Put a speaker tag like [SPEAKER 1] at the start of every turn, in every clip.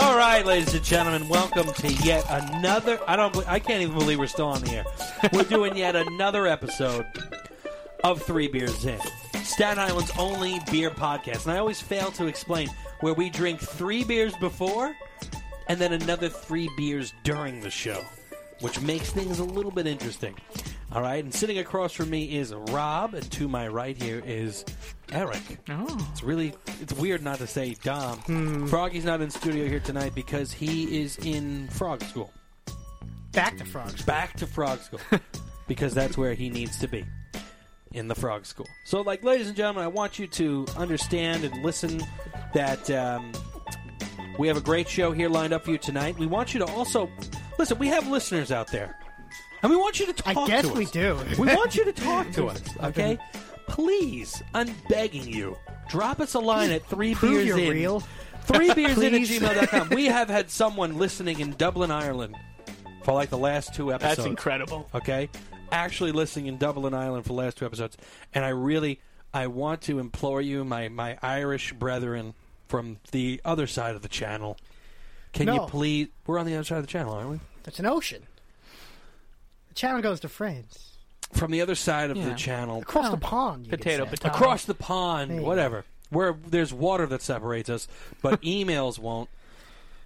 [SPEAKER 1] All right, ladies and gentlemen, welcome to yet another. I don't. bel- I can't even believe we're still on the air. We're doing yet another episode of Three Beers In, Staten Island's only beer podcast. And I always fail to explain where we drink three beers before and then another three beers during the show, which makes things a little bit interesting. All right, and sitting across from me is Rob, and to my right here is Eric. It's really it's weird not to say Dom. Froggy's not in studio here tonight because he is in frog school.
[SPEAKER 2] Back to frogs.
[SPEAKER 1] Back to frog school because that's where he needs to be in the frog school. So, like, ladies and gentlemen, I want you to understand and listen that um, we have a great show here lined up for you tonight. We want you to also listen. We have listeners out there, and we want you to talk.
[SPEAKER 2] I guess
[SPEAKER 1] to
[SPEAKER 2] we
[SPEAKER 1] us.
[SPEAKER 2] do.
[SPEAKER 1] We want you to talk to us, okay? Please, I'm begging you, drop us a line at three
[SPEAKER 2] prove
[SPEAKER 1] beers
[SPEAKER 2] you're
[SPEAKER 1] in.
[SPEAKER 2] real.
[SPEAKER 1] Three beers in at
[SPEAKER 2] Please.
[SPEAKER 1] gmail.com. We have had someone listening in Dublin, Ireland for like the last two episodes
[SPEAKER 3] That's incredible.
[SPEAKER 1] okay? Actually listening in Dublin, Ireland for the last two episodes. And I really, I want to implore you, my, my Irish brethren from the other side of the channel, can you
[SPEAKER 2] No.
[SPEAKER 1] please, we're on the other side of the channel, aren't we?
[SPEAKER 2] That's an ocean. The channel goes to France.
[SPEAKER 1] From the other side of the
[SPEAKER 3] Yeah.
[SPEAKER 1] channel,
[SPEAKER 2] Across the pond. You could
[SPEAKER 3] Potato,
[SPEAKER 2] say.
[SPEAKER 3] potato.
[SPEAKER 1] across the pond,
[SPEAKER 2] There you
[SPEAKER 1] whatever. Where there's water that separates us, but emails won't.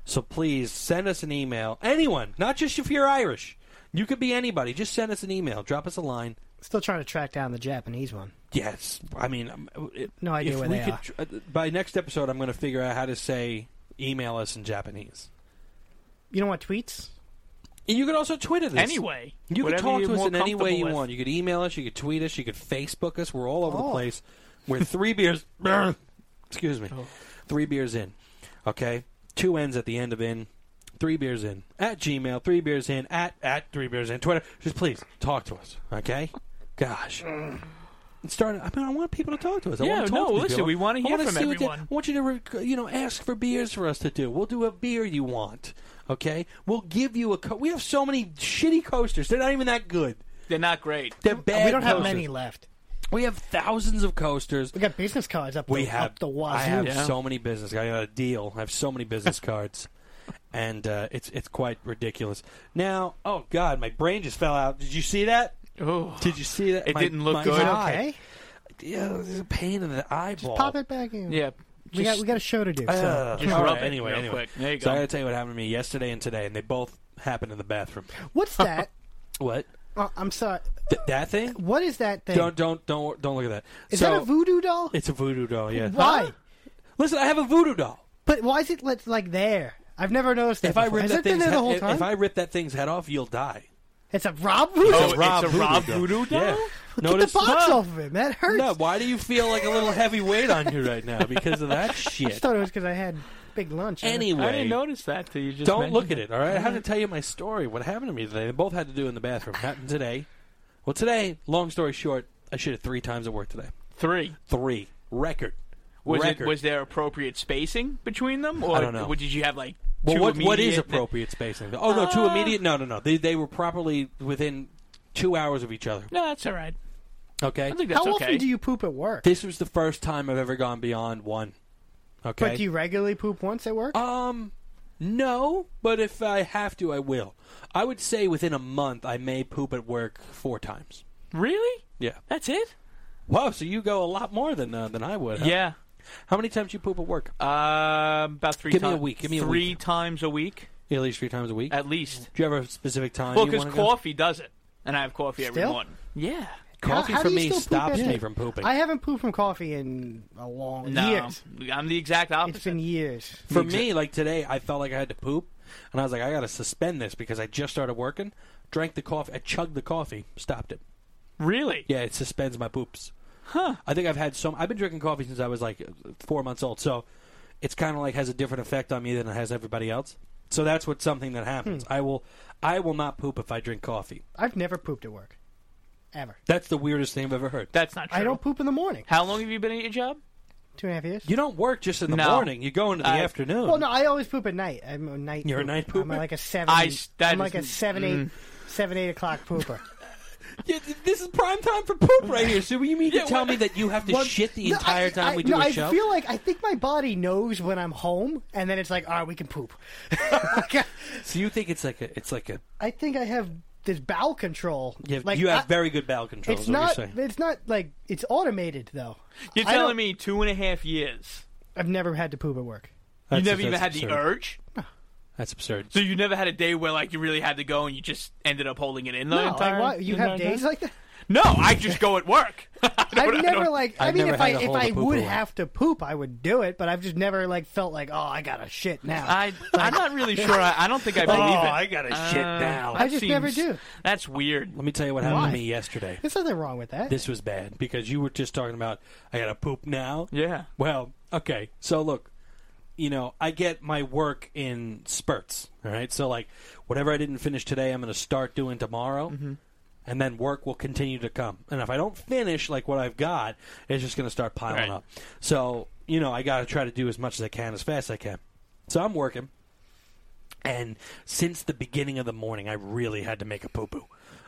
[SPEAKER 1] So please send us an email. Anyone, not just if you're Irish. You could be anybody. Just send us an email. Drop us a line.
[SPEAKER 2] Still trying to track down the Japanese one.
[SPEAKER 1] Yes, I mean, um, it,
[SPEAKER 2] No idea
[SPEAKER 1] if
[SPEAKER 2] where
[SPEAKER 1] we
[SPEAKER 2] they
[SPEAKER 1] could,
[SPEAKER 2] are.
[SPEAKER 1] tr- uh, By next episode, I'm going to figure out how to say email us in Japanese.
[SPEAKER 2] You don't want tweets?
[SPEAKER 1] And you could also tweet at us.
[SPEAKER 3] Anyway,
[SPEAKER 1] you could
[SPEAKER 3] whatever
[SPEAKER 1] talk
[SPEAKER 3] you're
[SPEAKER 1] to us
[SPEAKER 3] more
[SPEAKER 1] in any way
[SPEAKER 3] comfortable
[SPEAKER 1] you
[SPEAKER 3] with.
[SPEAKER 1] want. You could email us. You could tweet us. You could Facebook us. We're all over the
[SPEAKER 2] Oh.
[SPEAKER 1] place. We're three beers. Excuse me,
[SPEAKER 2] Oh.
[SPEAKER 1] three beers in. Okay, two ends at the end of in. Three beers in at Gmail. Three beers in at at three beers in Twitter. Just please talk to us. Okay, gosh. Start. I mean, I want people to talk to us. I
[SPEAKER 3] Yeah,
[SPEAKER 1] want to talk
[SPEAKER 3] no,
[SPEAKER 1] to these
[SPEAKER 3] listen,
[SPEAKER 1] people.
[SPEAKER 3] we wanna
[SPEAKER 1] I
[SPEAKER 3] hear
[SPEAKER 1] wanna
[SPEAKER 3] from
[SPEAKER 1] see what they-
[SPEAKER 3] everyone.
[SPEAKER 1] I want you to, re- you know, ask for beers for us to do. We'll do a beer you want. Okay, we'll give you a. Co- we have so many shitty coasters. They're not even that good.
[SPEAKER 3] They're not great.
[SPEAKER 1] They're bad.
[SPEAKER 2] we don't have
[SPEAKER 1] coasters.
[SPEAKER 2] many left.
[SPEAKER 1] We have thousands of coasters.
[SPEAKER 2] We got business cards up,
[SPEAKER 1] We
[SPEAKER 2] the,
[SPEAKER 1] have
[SPEAKER 2] up the wazoo.
[SPEAKER 1] I have
[SPEAKER 3] Yeah.
[SPEAKER 1] so many business. I got a deal. I have so many business cards, and uh, it's it's quite ridiculous. Now, oh god, my brain just fell out. Did you see that?
[SPEAKER 3] Oh,
[SPEAKER 1] Did you see that?
[SPEAKER 3] It
[SPEAKER 1] My-
[SPEAKER 3] didn't look
[SPEAKER 1] my
[SPEAKER 3] good.
[SPEAKER 2] Is it
[SPEAKER 1] eye.
[SPEAKER 2] okay?
[SPEAKER 1] Yeah, there's a pain in the eyeball.
[SPEAKER 2] Pop it back in.
[SPEAKER 3] yeah.
[SPEAKER 2] We, got, we got a show to do. so.
[SPEAKER 1] Ugh.
[SPEAKER 3] Just
[SPEAKER 1] All
[SPEAKER 3] rub
[SPEAKER 1] right,
[SPEAKER 3] it
[SPEAKER 1] anyway,
[SPEAKER 3] Uh, real
[SPEAKER 1] anyway.
[SPEAKER 3] quick. There you
[SPEAKER 1] So I
[SPEAKER 3] go.
[SPEAKER 1] gotta tell you what happened to me yesterday and today, and they both happened in the bathroom.
[SPEAKER 2] What's that?
[SPEAKER 1] What?
[SPEAKER 2] Uh, I'm sorry.
[SPEAKER 1] Th- that thing?
[SPEAKER 2] What is that thing?
[SPEAKER 1] Don't don't don't don't look at that.
[SPEAKER 2] is
[SPEAKER 1] so,
[SPEAKER 2] that a voodoo doll?
[SPEAKER 1] It's a voodoo doll. Yeah.
[SPEAKER 2] Why?
[SPEAKER 1] Huh? Listen, I have a voodoo doll.
[SPEAKER 2] But why is it like, like there? I've never noticed that.
[SPEAKER 1] If I
[SPEAKER 2] before.
[SPEAKER 1] rip
[SPEAKER 2] Has
[SPEAKER 1] that
[SPEAKER 2] it been
[SPEAKER 1] thing's
[SPEAKER 2] there the
[SPEAKER 1] head-
[SPEAKER 2] whole
[SPEAKER 1] if-
[SPEAKER 2] time?
[SPEAKER 1] if I rip that thing's head off, you'll die.
[SPEAKER 2] It's a Rob voodoo.
[SPEAKER 3] Oh, it's a Rob voodoo doll?
[SPEAKER 1] Yeah.
[SPEAKER 2] Get the
[SPEAKER 1] Notice-
[SPEAKER 2] box
[SPEAKER 1] Huh?
[SPEAKER 2] off of him. That hurts.
[SPEAKER 1] No, why do you feel like a little heavy weight on you right now because of that
[SPEAKER 2] I just
[SPEAKER 1] shit?
[SPEAKER 2] thought it was because I had big lunch.
[SPEAKER 1] Anyway,
[SPEAKER 3] I didn't notice that till you just
[SPEAKER 1] don't
[SPEAKER 3] mentioned
[SPEAKER 1] look at it. All right, I had to tell you my story. What happened to me today? They both had to do in the bathroom. Happened today. Well, today, long story short, I shit it three times at work today.
[SPEAKER 3] Three.
[SPEAKER 1] Three record.
[SPEAKER 3] Was
[SPEAKER 1] record.
[SPEAKER 3] it was there appropriate spacing between them, or
[SPEAKER 1] I don't know.
[SPEAKER 3] or did you have like
[SPEAKER 1] well,
[SPEAKER 3] two
[SPEAKER 1] what, what is
[SPEAKER 3] immediate- Ah.
[SPEAKER 1] appropriate spacing? Oh no, two immediate. No, no, no. They they were properly within two hours of each other.
[SPEAKER 3] No, that's all right.
[SPEAKER 1] Okay.
[SPEAKER 3] I think
[SPEAKER 2] How
[SPEAKER 3] that's okay.
[SPEAKER 2] often do you poop at work?
[SPEAKER 1] This was the first time I've ever gone beyond one. Okay.
[SPEAKER 2] But do you regularly poop once at work?
[SPEAKER 1] Um, no, but if I have to, I will. I would say within a month, I may poop at work four times.
[SPEAKER 3] really?
[SPEAKER 1] Yeah.
[SPEAKER 3] That's it?
[SPEAKER 1] Wow. So you go a lot more than uh, than I would. huh?
[SPEAKER 3] Yeah.
[SPEAKER 1] How many times you poop at work?
[SPEAKER 3] Um, about three.
[SPEAKER 1] Give me
[SPEAKER 3] times.
[SPEAKER 1] a week, give me a
[SPEAKER 3] three
[SPEAKER 1] week.
[SPEAKER 3] times a week
[SPEAKER 1] At least three times a week.
[SPEAKER 3] at least.
[SPEAKER 1] Do you have a specific time?
[SPEAKER 3] Well,
[SPEAKER 1] you
[SPEAKER 3] because
[SPEAKER 1] wanna go?
[SPEAKER 3] coffee does it, and I have coffee every
[SPEAKER 2] Still?
[SPEAKER 3] morning. Yeah.
[SPEAKER 1] coffee
[SPEAKER 2] How- how
[SPEAKER 1] for
[SPEAKER 2] do you
[SPEAKER 1] me
[SPEAKER 2] still poop
[SPEAKER 1] stops
[SPEAKER 2] at
[SPEAKER 1] me
[SPEAKER 2] work?
[SPEAKER 1] from pooping.
[SPEAKER 2] I haven't pooped from coffee in a long
[SPEAKER 3] No,
[SPEAKER 2] years.
[SPEAKER 3] I'm the exact opposite.
[SPEAKER 2] It's been years.
[SPEAKER 1] for me, like today, I felt like I had to poop, and I was like, I got to suspend this because I just started working. Drank the coffee. I chugged the coffee. Stopped it.
[SPEAKER 3] really?
[SPEAKER 1] Yeah, it suspends my poops. Huh. I think I've had some. I've been drinking coffee since I was like four months old, so it's kind of like has a different effect on me than it has everybody else. So that's what something that happens. I will, I will not poop if I drink coffee.
[SPEAKER 2] I've never pooped at work, ever.
[SPEAKER 1] That's the weirdest thing I've ever heard.
[SPEAKER 3] That's not true.
[SPEAKER 2] I don't poop in the morning.
[SPEAKER 3] How long have you been at your job?
[SPEAKER 2] Two and a half years.
[SPEAKER 1] You don't work just in the
[SPEAKER 3] No.
[SPEAKER 1] morning. You go into the
[SPEAKER 3] I-
[SPEAKER 1] afternoon.
[SPEAKER 2] well, no, I always poop at night. I'm a night.
[SPEAKER 1] You're a
[SPEAKER 2] pooper.
[SPEAKER 1] night
[SPEAKER 2] I'm
[SPEAKER 1] pooper?
[SPEAKER 2] like a seven.
[SPEAKER 3] I s- that
[SPEAKER 2] am like a
[SPEAKER 3] is-
[SPEAKER 1] mm.
[SPEAKER 2] seven, eight, seven, eight o'clock pooper.
[SPEAKER 1] Yeah, th- this is prime time for poop right here. So you mean to
[SPEAKER 3] Yeah,
[SPEAKER 1] tell
[SPEAKER 3] what-
[SPEAKER 1] me that you have to
[SPEAKER 2] Well,
[SPEAKER 1] shit the
[SPEAKER 2] no,
[SPEAKER 1] entire
[SPEAKER 2] I-
[SPEAKER 1] time
[SPEAKER 2] I,
[SPEAKER 1] we do
[SPEAKER 2] no,
[SPEAKER 1] a
[SPEAKER 2] I
[SPEAKER 1] show?
[SPEAKER 2] feel like I think my body knows when I'm home, and then it's like, all right, we can poop.
[SPEAKER 1] so you think it's like a it's like a
[SPEAKER 2] I think I have this bowel control.
[SPEAKER 1] you have,
[SPEAKER 2] like
[SPEAKER 1] you have
[SPEAKER 2] I-
[SPEAKER 1] very good bowel control.
[SPEAKER 2] It's
[SPEAKER 1] is what
[SPEAKER 2] not.
[SPEAKER 1] You're saying.
[SPEAKER 2] It's not like it's automated though.
[SPEAKER 3] You're
[SPEAKER 2] I
[SPEAKER 3] telling
[SPEAKER 2] don't-
[SPEAKER 3] me two and a half years.
[SPEAKER 2] I've never had to poop at work.
[SPEAKER 3] You
[SPEAKER 1] That's-
[SPEAKER 3] never even
[SPEAKER 1] that's
[SPEAKER 3] had
[SPEAKER 1] absurd.
[SPEAKER 3] the urge.
[SPEAKER 1] That's absurd.
[SPEAKER 3] So you never had a day where like you really had to go and you just ended up holding it in the
[SPEAKER 2] No, like,
[SPEAKER 3] entire.
[SPEAKER 2] why- you
[SPEAKER 3] the
[SPEAKER 2] have
[SPEAKER 3] entire
[SPEAKER 2] days
[SPEAKER 3] time?
[SPEAKER 2] like that.
[SPEAKER 3] No, I just go at work. I don't- I
[SPEAKER 2] I've never
[SPEAKER 3] don't-
[SPEAKER 2] like. I
[SPEAKER 1] I've
[SPEAKER 2] mean,
[SPEAKER 1] never
[SPEAKER 2] if I
[SPEAKER 1] had to
[SPEAKER 2] if
[SPEAKER 1] hold
[SPEAKER 2] I
[SPEAKER 1] a poop
[SPEAKER 2] would
[SPEAKER 1] away.
[SPEAKER 2] have to poop, I would do it. But I've just never like felt like, oh, I got to shit now.
[SPEAKER 3] I I'm not really sure. I, I don't think I believe it.
[SPEAKER 1] gotta
[SPEAKER 3] Uh,
[SPEAKER 2] I
[SPEAKER 3] that
[SPEAKER 2] just never do.
[SPEAKER 3] That's weird.
[SPEAKER 1] Let me tell you what happened
[SPEAKER 2] Why?
[SPEAKER 1] to me yesterday.
[SPEAKER 2] There's nothing wrong with that.
[SPEAKER 1] This was bad because you were just talking about I gotta poop now.
[SPEAKER 3] Yeah.
[SPEAKER 1] Well, okay. So look, you know, I get my work in spurts. All right. So like, whatever I didn't finish today, I'm going to start doing tomorrow,
[SPEAKER 3] Mm-hmm.
[SPEAKER 1] and then work will continue to come. And if I don't finish like what I've got, it's just going to start piling
[SPEAKER 3] Right.
[SPEAKER 1] up. So you know, I got to try to do as much as I can, as fast as I can. So I'm working. And since the beginning of the morning, I really had to make a poo poo.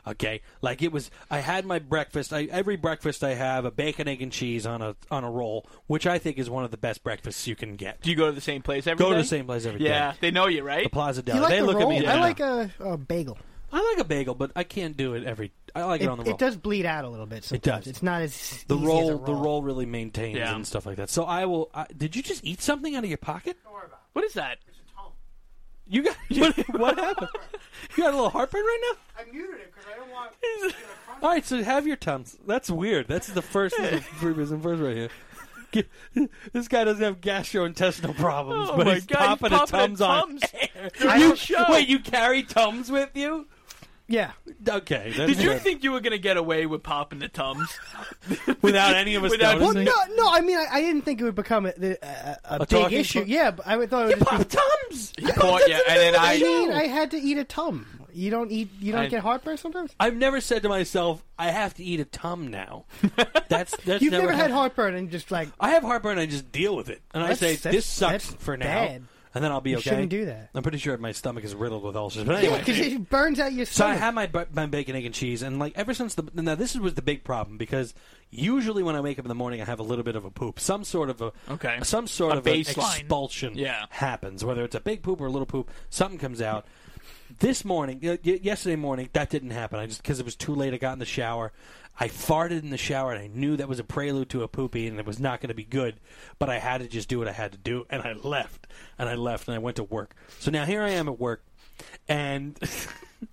[SPEAKER 1] Okay, like it was. I had my breakfast. I, every breakfast I have a bacon, egg, and cheese on a on a roll, which I think is one of the best breakfasts you can get.
[SPEAKER 3] Do you go to the same place every
[SPEAKER 1] Go to
[SPEAKER 3] day?
[SPEAKER 1] the same place every day.
[SPEAKER 3] Yeah, they know you, right?
[SPEAKER 1] the Plaza Deli.
[SPEAKER 2] you like
[SPEAKER 1] they
[SPEAKER 2] the
[SPEAKER 1] look
[SPEAKER 2] roll?
[SPEAKER 1] at me.
[SPEAKER 2] I
[SPEAKER 1] yeah.
[SPEAKER 2] like a, a bagel.
[SPEAKER 1] I like a bagel, but I can't do it every. I like it,
[SPEAKER 2] It,
[SPEAKER 1] on the
[SPEAKER 2] it
[SPEAKER 1] roll.
[SPEAKER 2] does bleed out a little bit. Sometimes.
[SPEAKER 1] does.
[SPEAKER 2] It's not as
[SPEAKER 1] the
[SPEAKER 2] easy as
[SPEAKER 1] roll,
[SPEAKER 2] a
[SPEAKER 1] the roll really maintains
[SPEAKER 3] Yeah.
[SPEAKER 1] and stuff like that. So I will. I, did you just eat something out of your pocket?
[SPEAKER 3] What is that?
[SPEAKER 1] You got what, what happened? You got a little heartburn right now.
[SPEAKER 2] I muted it because I don't want.
[SPEAKER 1] All right, so have your tums. That's weird. That's the first this is the previous and first right here. This guy doesn't have gastrointestinal problems,
[SPEAKER 3] Oh
[SPEAKER 1] but
[SPEAKER 3] my
[SPEAKER 1] he's
[SPEAKER 3] God,
[SPEAKER 1] popping a
[SPEAKER 3] he's popping a
[SPEAKER 1] tums on.
[SPEAKER 3] Tums.
[SPEAKER 1] air.
[SPEAKER 2] I
[SPEAKER 1] you,
[SPEAKER 2] don't-
[SPEAKER 1] wait, you carry tums with you?
[SPEAKER 2] Yeah,
[SPEAKER 1] Okay. that's
[SPEAKER 3] Did you
[SPEAKER 1] good.
[SPEAKER 3] think you were gonna get away with popping the tums?
[SPEAKER 1] without any of us
[SPEAKER 3] Without-
[SPEAKER 2] Well,
[SPEAKER 1] noticing?
[SPEAKER 2] no, no. I mean, I, I didn't think it would become a, a, a,
[SPEAKER 1] A
[SPEAKER 2] big
[SPEAKER 1] talking
[SPEAKER 2] issue.
[SPEAKER 1] point?
[SPEAKER 2] yeah, but I would- thought it would
[SPEAKER 1] You
[SPEAKER 2] just be,
[SPEAKER 1] pop tums.
[SPEAKER 3] He caught you, and then
[SPEAKER 2] I
[SPEAKER 3] I.
[SPEAKER 2] mean, I had to eat a tum. You don't eat. You don't
[SPEAKER 3] I-
[SPEAKER 2] get heartburn sometimes.
[SPEAKER 1] I've never said to myself, "I have to eat a tum now." That's that's
[SPEAKER 2] You've never had
[SPEAKER 1] happened.
[SPEAKER 2] heartburn and just like
[SPEAKER 1] I have heartburn. I just deal with it, and I
[SPEAKER 2] That's-
[SPEAKER 1] say
[SPEAKER 2] that's-
[SPEAKER 1] this sucks
[SPEAKER 2] that's
[SPEAKER 1] for now,
[SPEAKER 2] bad.
[SPEAKER 1] and then I'll be
[SPEAKER 2] you
[SPEAKER 1] okay.
[SPEAKER 2] shouldn't do that.
[SPEAKER 1] I'm pretty sure my stomach is riddled with ulcers. But
[SPEAKER 2] Yeah,
[SPEAKER 1] anyway,
[SPEAKER 2] 'cause it burns out your
[SPEAKER 1] So I
[SPEAKER 2] stomach.
[SPEAKER 1] had my bu- my bacon, egg, and cheese, and like ever since the now this was the big problem because usually when I wake up in the morning I have a little bit of a poop, some sort of a
[SPEAKER 3] Okay.
[SPEAKER 1] some sort
[SPEAKER 3] A
[SPEAKER 1] of an
[SPEAKER 3] baseline.
[SPEAKER 1] expulsion
[SPEAKER 3] Yeah.
[SPEAKER 1] happens, whether it's a big poop or a little poop, something comes out. This morning, y- y- yesterday morning, that didn't happen. I just because it was too late. I got in the shower, I farted in the shower, and I knew that was a prelude to a poopy, and it was not going to be good. But I had to just do what I had to do, and I left, and I left, and I went to work. So now here I am at work, and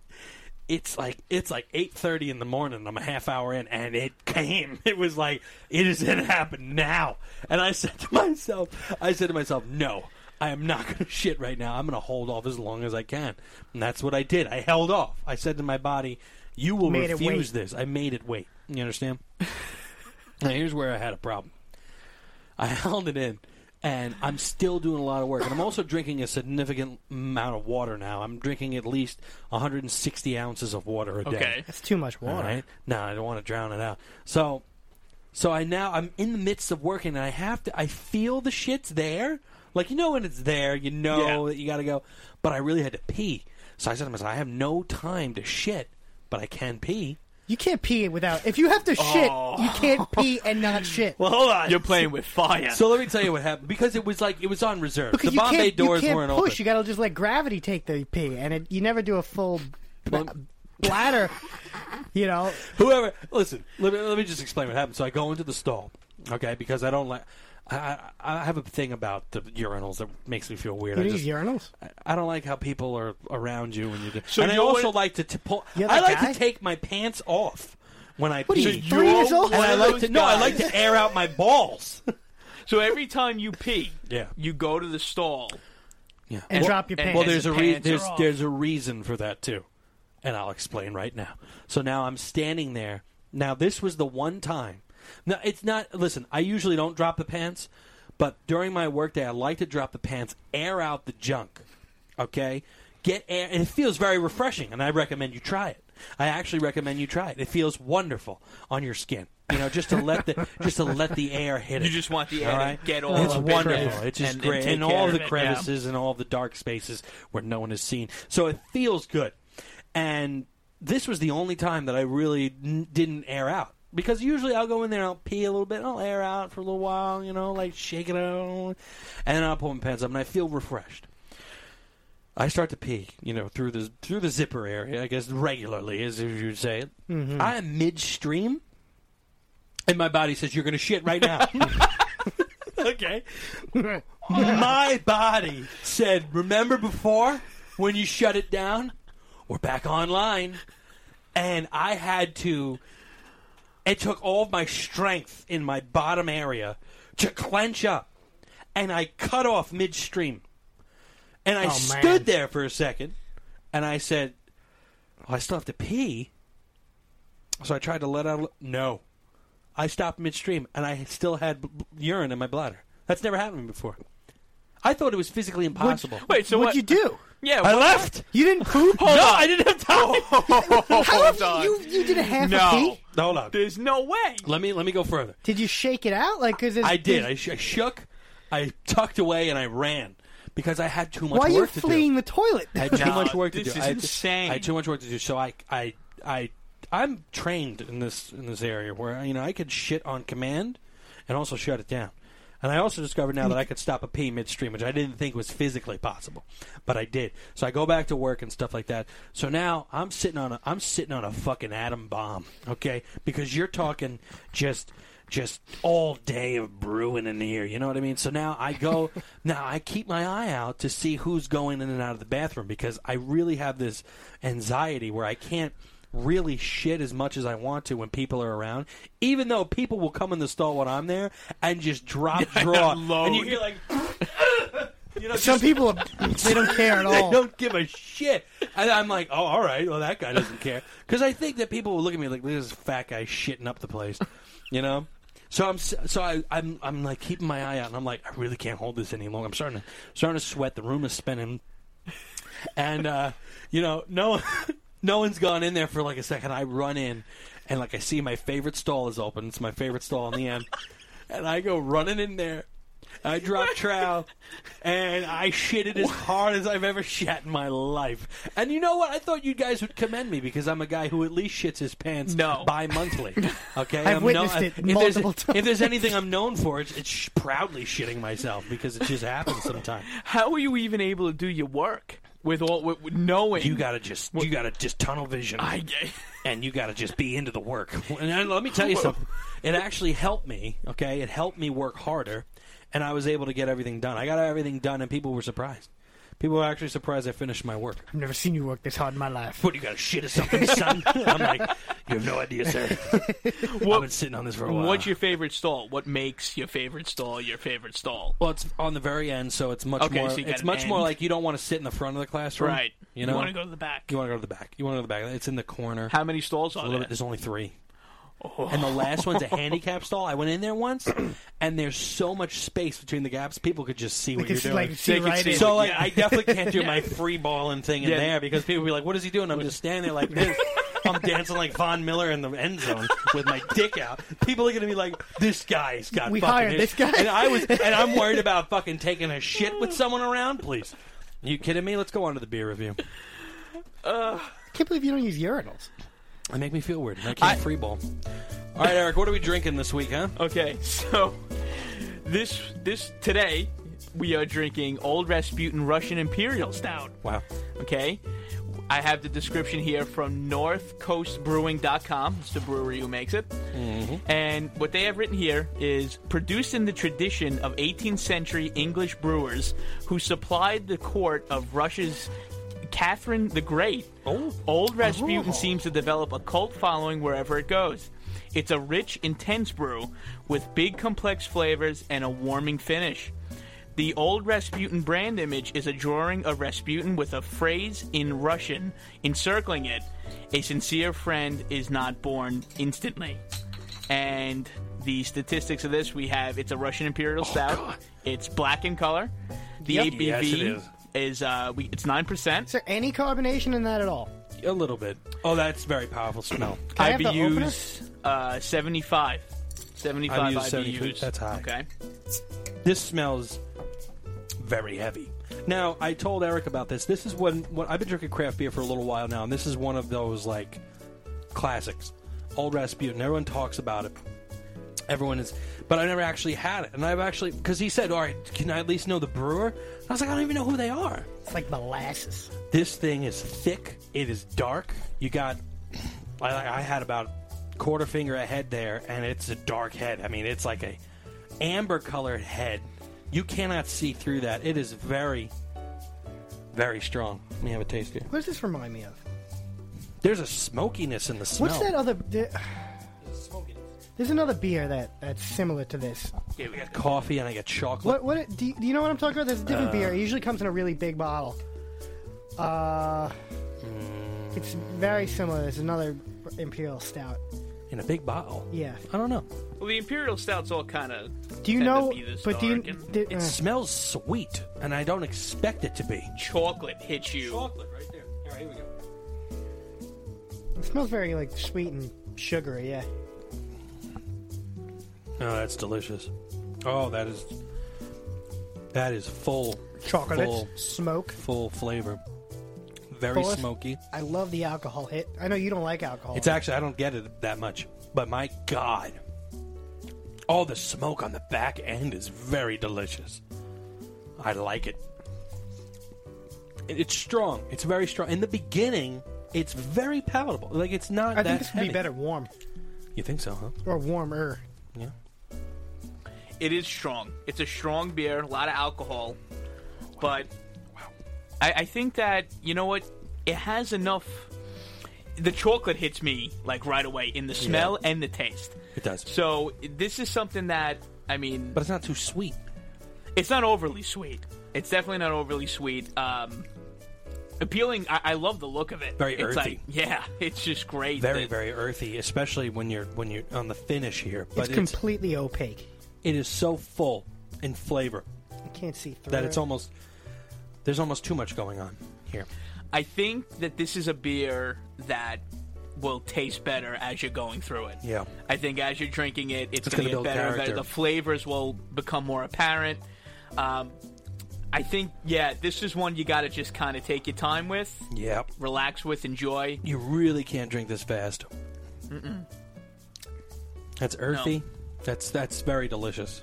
[SPEAKER 1] it's like it's like eight thirty in the morning. I'm a half hour in, and it came. It was like it is gonna happen now. And I said to myself, I said to myself, no, I am not gonna shit right now. I'm gonna hold off as long as I can. And that's what I did. I held off. I said to my body, you will
[SPEAKER 2] Made it
[SPEAKER 1] refuse
[SPEAKER 2] wait.
[SPEAKER 1] this. I made it wait. You understand? now here's where I had a problem. I held it in, and I'm still doing a lot of work. And I'm also drinking a significant amount of water now. I'm drinking at least 160 ounces of water a day.
[SPEAKER 3] Okay.
[SPEAKER 2] That's too much
[SPEAKER 1] All
[SPEAKER 2] water.
[SPEAKER 1] right. No, I don't want to drown it out. So, so I now I'm in the midst of working, and I have to. I feel the shit's there. Like you know when it's there, you know
[SPEAKER 3] Yeah.
[SPEAKER 1] that you got to go. But I really had to pee, so I said to myself, I have no time to shit, but I can pee.
[SPEAKER 2] You can't pee without. If you have to shit,
[SPEAKER 3] Oh.
[SPEAKER 2] you can't pee and not shit.
[SPEAKER 1] Well, hold on.
[SPEAKER 3] You're playing with fire.
[SPEAKER 1] So let me tell you what happened because it was like it was on reserve.
[SPEAKER 2] because
[SPEAKER 1] the
[SPEAKER 2] you
[SPEAKER 1] Bombay
[SPEAKER 2] can't,
[SPEAKER 1] doors
[SPEAKER 2] you can't
[SPEAKER 1] weren't open.
[SPEAKER 2] push. You gotta just let gravity take the pee, and it, you never do a full b-
[SPEAKER 1] Well-
[SPEAKER 2] bladder. You know,
[SPEAKER 1] Whoever, listen. Let me let me just explain what happened. So I go into the stall, okay, because I don't like. I, I I have a thing about the urinals that makes me feel weird.
[SPEAKER 2] you
[SPEAKER 1] I
[SPEAKER 2] need
[SPEAKER 1] just
[SPEAKER 2] urinals.
[SPEAKER 1] I don't like how people are around you when you do.
[SPEAKER 3] So
[SPEAKER 1] and I
[SPEAKER 3] you're
[SPEAKER 1] also
[SPEAKER 3] one-
[SPEAKER 1] like to t- pull.
[SPEAKER 2] You're the
[SPEAKER 1] I like
[SPEAKER 2] guy?
[SPEAKER 1] to take my pants off when I
[SPEAKER 2] What are
[SPEAKER 1] pee.
[SPEAKER 2] you, three years
[SPEAKER 3] you're
[SPEAKER 2] old?
[SPEAKER 1] and
[SPEAKER 3] one
[SPEAKER 1] I
[SPEAKER 3] of
[SPEAKER 1] like
[SPEAKER 3] those
[SPEAKER 1] to no, I
[SPEAKER 3] guys.
[SPEAKER 1] like to air out my balls.
[SPEAKER 3] So every time you pee,
[SPEAKER 1] Yeah.
[SPEAKER 3] you go to the stall.
[SPEAKER 1] Yeah.
[SPEAKER 2] And
[SPEAKER 1] well,
[SPEAKER 2] drop your
[SPEAKER 3] and-
[SPEAKER 2] pants.
[SPEAKER 1] well, there's a
[SPEAKER 3] the
[SPEAKER 1] re-
[SPEAKER 3] pants are
[SPEAKER 1] there's
[SPEAKER 3] off.
[SPEAKER 1] there's a reason for that too, and I'll explain right now. So now I'm standing there. Now this was the one time. Now it's not. Listen, I usually don't drop the pants, but during my workday, I like to drop the pants, air out the junk. Okay, get air, and it feels very refreshing, and I recommend you try it. I actually recommend you try it. It feels wonderful on your skin. You know, just to let the just to let the air hit it.
[SPEAKER 3] You just want the air
[SPEAKER 1] All
[SPEAKER 3] to
[SPEAKER 1] right?
[SPEAKER 3] get all
[SPEAKER 1] It's
[SPEAKER 3] up in
[SPEAKER 1] wonderful.
[SPEAKER 3] there
[SPEAKER 1] It's just
[SPEAKER 3] and- and
[SPEAKER 1] great,
[SPEAKER 3] take
[SPEAKER 1] and,
[SPEAKER 3] care
[SPEAKER 1] all
[SPEAKER 3] of
[SPEAKER 1] the
[SPEAKER 3] it, yeah.
[SPEAKER 1] crevices spaces and all the dark spaces where no one is seen. So it feels good. And this was the only time that I really n- didn't air out because usually I'll go in there and I'll pee a little bit and I'll air out for a little while, you know, like shake it out, and then I'll pull my pants up and I feel refreshed. I start to pee, you know, through the through the zipper area, I guess regularly, as you would say. I am midstream, and my body says, "You're going to shit right now." okay, my body said, "Remember before when you shut it down? We're back online." And I had to it took all of my strength in my bottom area to clench up. And I cut off midstream. And I
[SPEAKER 2] Oh, man.
[SPEAKER 1] stood there for a second and I said, "Oh, I still have to pee. So I tried to let out. a li- No. I stopped midstream and I still had b- b- urine in my bladder. That's never happened to me before. I thought it was physically impossible.
[SPEAKER 3] Wait, so
[SPEAKER 2] What'd
[SPEAKER 3] what?
[SPEAKER 2] you do?
[SPEAKER 3] yeah,
[SPEAKER 1] I
[SPEAKER 3] what-
[SPEAKER 1] left.
[SPEAKER 2] You didn't poop?
[SPEAKER 1] no, I didn't have time.
[SPEAKER 2] How
[SPEAKER 3] hold
[SPEAKER 2] did
[SPEAKER 3] on.
[SPEAKER 2] you, you, you did a half a
[SPEAKER 3] no,
[SPEAKER 2] pee?
[SPEAKER 1] Hold on.
[SPEAKER 3] there's no way.
[SPEAKER 1] Let me let me go further.
[SPEAKER 2] Did you shake it out? Like, cause
[SPEAKER 1] I did. I, sh- I shook. I tucked away and I ran because I had too much
[SPEAKER 2] Why are you
[SPEAKER 1] work to do.
[SPEAKER 2] fleeing the toilet?
[SPEAKER 1] I had too
[SPEAKER 3] No,
[SPEAKER 1] much work to do.
[SPEAKER 3] this is
[SPEAKER 1] I had,
[SPEAKER 3] insane.
[SPEAKER 1] I had too much work to do. So I, I, I, I'm trained in this in this area where you know I could shit on command and also shut it down. And I also discovered now that I could stop a pee midstream, which I didn't think was physically possible, but I did. So I go back to work and stuff like that. So now I'm sitting on a I'm sitting on a fucking atom bomb, okay? Because you're talking just just all day of brewing in here. You know what I mean? So now I go, now I keep my eye out to see who's going in and out of the bathroom because I really have this anxiety where I can't really shit as much as I want to when people are around, even though people will come in the stall when I'm there and just drop draw.
[SPEAKER 3] Load.
[SPEAKER 1] and you hear like, you know,
[SPEAKER 2] Some
[SPEAKER 1] just-
[SPEAKER 2] people, they don't care at
[SPEAKER 1] they
[SPEAKER 2] all.
[SPEAKER 1] don't give a shit. And I'm like, oh, all right. Well, that guy doesn't care. Because I think that people will look at me like, this fat guy shitting up the place, you know? So I'm s- so I, I'm I'm like keeping my eye out, and I'm like, I really can't hold this any longer. I'm starting to starting to sweat. The room is spinning, and uh, you know, no no one's gone in there for like a second. I run in, and like I see my favorite stall is open. It's my favorite stall in the end, and I go running in there. I dropped trowel, and I shitted as hard as I've ever shat in my life. And you know what? I thought you guys would commend me because I'm a guy who at least shits his pants
[SPEAKER 3] No.
[SPEAKER 1] bi-monthly. Okay,
[SPEAKER 2] I've witnessed it
[SPEAKER 1] if there's-
[SPEAKER 2] multiple times.
[SPEAKER 1] If there's anything I'm known for, it's, it's sh- proudly shitting myself because it just happens sometimes.
[SPEAKER 3] How were you even able to do your work with all with, with knowing
[SPEAKER 1] You gotta just you gotta just tunnel vision.
[SPEAKER 3] I get.
[SPEAKER 1] and you got to just be into the work. And then let me tell you something. It actually helped me. Okay, it helped me work harder, and I was able to get everything done. I got everything done, and people were surprised. People were actually surprised I finished my work.
[SPEAKER 2] I've never seen you work this hard in my life.
[SPEAKER 1] What you got a shit or something, son? I'm like, you have no idea, sir. I've been sitting on this for a while.
[SPEAKER 3] What's your favorite stall? What makes your favorite stall your favorite stall?
[SPEAKER 1] well, it's on the very end, so it's much
[SPEAKER 3] Okay,
[SPEAKER 1] more.
[SPEAKER 3] so you got
[SPEAKER 1] it's
[SPEAKER 3] an
[SPEAKER 1] much more
[SPEAKER 3] end.
[SPEAKER 1] like you don't want to sit in the front of the classroom,
[SPEAKER 3] Right.
[SPEAKER 1] You know,
[SPEAKER 3] want to go to the back.
[SPEAKER 1] You want to go to the back. You want to go to the back. It's in the corner.
[SPEAKER 3] How many stalls are
[SPEAKER 1] A little
[SPEAKER 3] there?
[SPEAKER 1] bit. There's only three.
[SPEAKER 3] Oh.
[SPEAKER 1] And the last one's a handicap stall. I went in there once, and there's so much space between the gaps, people could just see what
[SPEAKER 2] Because
[SPEAKER 1] you're doing.
[SPEAKER 2] like, see
[SPEAKER 3] They could
[SPEAKER 2] right
[SPEAKER 3] see
[SPEAKER 2] in.
[SPEAKER 1] so
[SPEAKER 3] Yeah.
[SPEAKER 1] like, I definitely can't do my free balling thing in
[SPEAKER 3] Yeah.
[SPEAKER 1] there because people be like, "What is he doing?" I'm just standing there like this. I'm dancing like Von Miller in the end zone with my dick out. People are gonna be like, "This guy's got
[SPEAKER 2] We
[SPEAKER 1] fucking
[SPEAKER 2] hired
[SPEAKER 1] issues."
[SPEAKER 2] this guy.
[SPEAKER 1] and I was and I'm worried about fucking taking a shit with someone around. Please, you kidding me? Let's go on to the beer review.
[SPEAKER 2] I can't believe you don't use urinals.
[SPEAKER 1] They make me feel weird. and I can't free ball. All right, Eric, what are we drinking this week, huh?
[SPEAKER 3] Okay, so this this today we are drinking Old Rasputin Russian Imperial Stout.
[SPEAKER 1] Wow.
[SPEAKER 3] Okay, I have the description here from NorthCoastBrewing.com. It's the brewery who makes it, and what they have written here is produced in the tradition of 18th century English brewers who supplied the court of Russia's Catherine the Great.
[SPEAKER 1] Oh.
[SPEAKER 3] Old Rasputin
[SPEAKER 2] Oh.
[SPEAKER 3] seems to develop a cult following wherever it goes. It's a rich, intense brew with big, complex flavors and a warming finish. The Old Rasputin brand image is a drawing of Rasputin with a phrase in Russian encircling it A sincere friend is not born instantly. And the statistics of this we have it's a Russian Imperial Stout.
[SPEAKER 1] Oh, God.
[SPEAKER 3] It's black in color. The
[SPEAKER 2] Yep.
[SPEAKER 3] ABV
[SPEAKER 1] Yes, it is.
[SPEAKER 3] uh, we, it's 9%.
[SPEAKER 2] Is there any carbonation in that at all?
[SPEAKER 1] A little bit. Oh, that's very powerful smell.
[SPEAKER 2] Can I have the opener?
[SPEAKER 3] IBUs uh, 75. 75
[SPEAKER 1] IBUs,
[SPEAKER 3] IBUs.
[SPEAKER 1] 72. That's high.
[SPEAKER 3] Okay.
[SPEAKER 1] this smells very heavy. Now, I told Eric about this. This is when, when I've been drinking craft beer for a little while now, and this is one of those like classics, Old Rasputin. Everyone talks about it. Everyone is, but I never actually had it. And I've actually because he said, "All right, can I at least know the brewer?" I was like, "I don't even know who they are."
[SPEAKER 2] It's like molasses.
[SPEAKER 1] This thing is thick. It is dark. You got, I, I had about quarter finger ahead there, and it's a dark head. I mean, it's like a amber colored head. You cannot see through that. It is very, very strong. Let me have a taste here.
[SPEAKER 2] What does this remind me of?
[SPEAKER 1] There's a smokiness in the smell.
[SPEAKER 2] What's that other? there- There's another beer that that's similar to this.
[SPEAKER 3] Yeah, we got
[SPEAKER 1] Coffee and I got chocolate.
[SPEAKER 2] What? What? it- Do you, do you know what I'm talking about? There's a different beer. It usually comes in a really big bottle. Uh, it's very similar. It's another imperial stout.
[SPEAKER 1] In a big bottle.
[SPEAKER 2] Yeah.
[SPEAKER 1] I don't know.
[SPEAKER 3] Well, the imperial stouts all kind of.
[SPEAKER 2] Do you know? But do you? do-
[SPEAKER 1] It
[SPEAKER 2] uh,
[SPEAKER 1] smells sweet, and I don't expect it to be.
[SPEAKER 3] chocolate hits you?
[SPEAKER 1] Chocolate right there. All right, here we go.
[SPEAKER 2] it smells very like sweet and sugary. Yeah.
[SPEAKER 1] Oh, that's delicious. Oh, that is that is full
[SPEAKER 2] Chocolate
[SPEAKER 1] full,
[SPEAKER 2] smoke.
[SPEAKER 1] full flavor. Very
[SPEAKER 2] Fullest?
[SPEAKER 1] smoky.
[SPEAKER 2] I love the alcohol hit. I know you don't like alcohol.
[SPEAKER 1] It's actually I don't get it that much, but my god. All the smoke on the back end is very delicious. I like it. It- It's strong. It's very strong. In the beginning, it's very palatable. Like it's not that
[SPEAKER 2] I think this would be
[SPEAKER 1] heavy.
[SPEAKER 2] better warm
[SPEAKER 1] You think so, huh?
[SPEAKER 2] or warmer.
[SPEAKER 1] Yeah.
[SPEAKER 3] It is strong. It's a strong beer, a lot of alcohol, but I, I think that you know what? It has enough. The chocolate hits me like right away in the smell and the taste.
[SPEAKER 1] It does.
[SPEAKER 3] So this is something that I mean,
[SPEAKER 1] but it's not too sweet.
[SPEAKER 3] it's not overly sweet. It's definitely not overly sweet. Um, appealing. I, I love the look of it.
[SPEAKER 1] Very
[SPEAKER 3] it's
[SPEAKER 1] earthy.
[SPEAKER 3] Like, yeah, it's just great.
[SPEAKER 1] Very,
[SPEAKER 3] The-
[SPEAKER 1] very earthy, especially when you're when you're on the finish here. But
[SPEAKER 2] It's
[SPEAKER 1] it's
[SPEAKER 2] completely opaque.
[SPEAKER 1] it is so full in flavor
[SPEAKER 2] You can't see through.
[SPEAKER 1] that it's
[SPEAKER 2] it.
[SPEAKER 1] almost there's almost too much going on here.
[SPEAKER 3] I think that this is a beer that will taste better as you're going through it.
[SPEAKER 1] Yeah.
[SPEAKER 3] I think as you're drinking it, it's,
[SPEAKER 1] It's gonna
[SPEAKER 3] going to get
[SPEAKER 1] build
[SPEAKER 3] better, and better.
[SPEAKER 1] character.
[SPEAKER 3] The flavors will become more apparent. Um, I think, yeah, this is one you got to just kind of take your time with,
[SPEAKER 1] Yeah,
[SPEAKER 3] relax with, enjoy.
[SPEAKER 1] you really can't drink this fast. That's earthy. That's that's very delicious,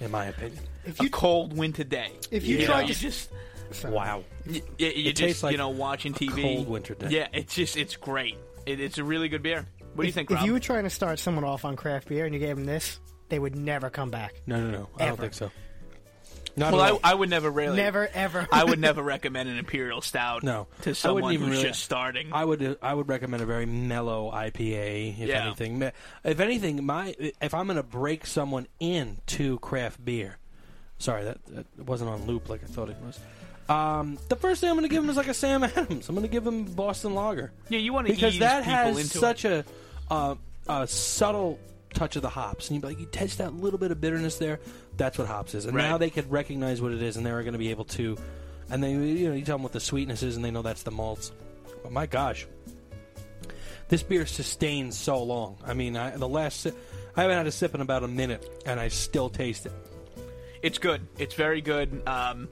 [SPEAKER 1] in my opinion.
[SPEAKER 2] If
[SPEAKER 3] A
[SPEAKER 2] you
[SPEAKER 3] cold winter day.
[SPEAKER 2] if you
[SPEAKER 3] You
[SPEAKER 2] try
[SPEAKER 3] know,
[SPEAKER 2] to
[SPEAKER 3] you just,
[SPEAKER 2] sorry.
[SPEAKER 1] Wow.
[SPEAKER 3] you, you you
[SPEAKER 1] tastes
[SPEAKER 3] just,
[SPEAKER 1] like
[SPEAKER 3] you know, watching
[SPEAKER 1] a
[SPEAKER 3] TV.
[SPEAKER 1] cold winter day.
[SPEAKER 3] Yeah, it's just, it's great. It, it's a really good beer. What do you
[SPEAKER 2] if,
[SPEAKER 3] think,
[SPEAKER 2] if
[SPEAKER 3] Rob?
[SPEAKER 2] you were trying to start someone off on craft beer and you gave them this, they would never come back.
[SPEAKER 1] No, no, no. I don't
[SPEAKER 2] Ever.
[SPEAKER 1] think so. Not at
[SPEAKER 3] well,
[SPEAKER 1] all.
[SPEAKER 3] I, I would never really.
[SPEAKER 2] Never ever.
[SPEAKER 3] I would never recommend an imperial stout.
[SPEAKER 1] No. I
[SPEAKER 3] to
[SPEAKER 1] wouldn't
[SPEAKER 3] someone
[SPEAKER 1] even
[SPEAKER 3] who's
[SPEAKER 1] really-
[SPEAKER 3] just starting.
[SPEAKER 1] I would I would recommend a very mellow IPA if
[SPEAKER 3] Yeah.
[SPEAKER 1] anything. Me- If anything, my if I'm going to break someone into craft beer, sorry that, that wasn't on loop like I thought it was. Um, the first thing I'm going to give them is like a Sam Adams. I'm going to give them Boston Lager
[SPEAKER 3] yeah, you want to
[SPEAKER 1] because
[SPEAKER 3] ease
[SPEAKER 1] that
[SPEAKER 3] people
[SPEAKER 1] has
[SPEAKER 3] into
[SPEAKER 1] such a, uh, a subtle touch of the hops, and you like you taste that little bit of bitterness there. That's what hops is, and
[SPEAKER 3] Right.
[SPEAKER 1] now they could recognize what it is, and they are going to be able to, and they you know you tell them what the sweetness is, and they know that's the malts. But my gosh, this beer sustains so long. I mean, I, the last si- I haven't had a sip in about a minute, and I still taste it.
[SPEAKER 3] it. It's good. It's very good. Um,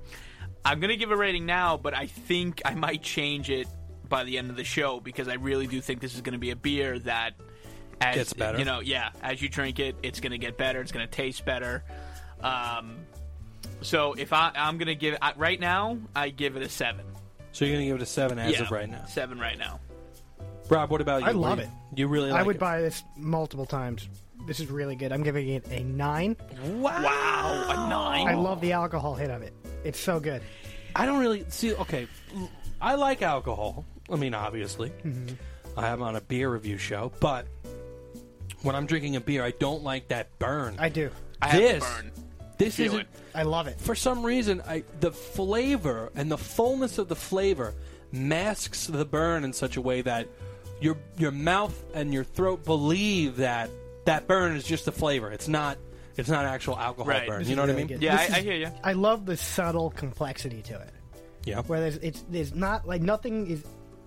[SPEAKER 3] I'm gonna give a rating now, but I think I might change it by the end of the show because I really do think this is gonna be a beer that as,
[SPEAKER 1] Gets better.
[SPEAKER 3] You know, yeah. As you drink it, it's gonna get better. It's gonna taste better. Um, so if I, I'm gonna give I, right now, I give it a seven.
[SPEAKER 1] So you're going to give it a seven as
[SPEAKER 3] yeah,
[SPEAKER 1] of right now,
[SPEAKER 3] seven right now.
[SPEAKER 1] Rob. What about you?
[SPEAKER 2] I
[SPEAKER 1] What
[SPEAKER 2] love
[SPEAKER 1] do you-
[SPEAKER 2] it.
[SPEAKER 1] You really? Like
[SPEAKER 2] I would
[SPEAKER 1] it?
[SPEAKER 2] buy this multiple times. This is really good. I'm giving it a nine.
[SPEAKER 3] Wow, a nine.
[SPEAKER 2] I
[SPEAKER 1] Oh.
[SPEAKER 2] love the alcohol hit of it. It's so good.
[SPEAKER 1] I don't really see. Okay, l- I like alcohol. I mean, obviously,
[SPEAKER 2] Mm-hmm.
[SPEAKER 1] I am on a beer review show, but when I'm drinking a beer, I don't like that burn.
[SPEAKER 2] I do.
[SPEAKER 3] I have to
[SPEAKER 1] this,
[SPEAKER 3] burn.
[SPEAKER 1] this
[SPEAKER 3] Feel
[SPEAKER 1] isn't.
[SPEAKER 3] it.
[SPEAKER 2] I love it.
[SPEAKER 1] For some reason, I the flavor and the fullness of the flavor masks the burn in such a way that your your mouth and your throat believe that that burn is just the flavor. It's not. It's not actual alcohol
[SPEAKER 3] Right.
[SPEAKER 1] burn.
[SPEAKER 3] This
[SPEAKER 1] You
[SPEAKER 2] is
[SPEAKER 1] know what I
[SPEAKER 2] really
[SPEAKER 1] mean?
[SPEAKER 2] good.
[SPEAKER 3] Yeah,
[SPEAKER 2] This
[SPEAKER 3] I, I
[SPEAKER 2] is-
[SPEAKER 3] hear you.
[SPEAKER 2] I love the subtle complexity to it.
[SPEAKER 1] Yeah.
[SPEAKER 2] Where there's it's there's not like nothing is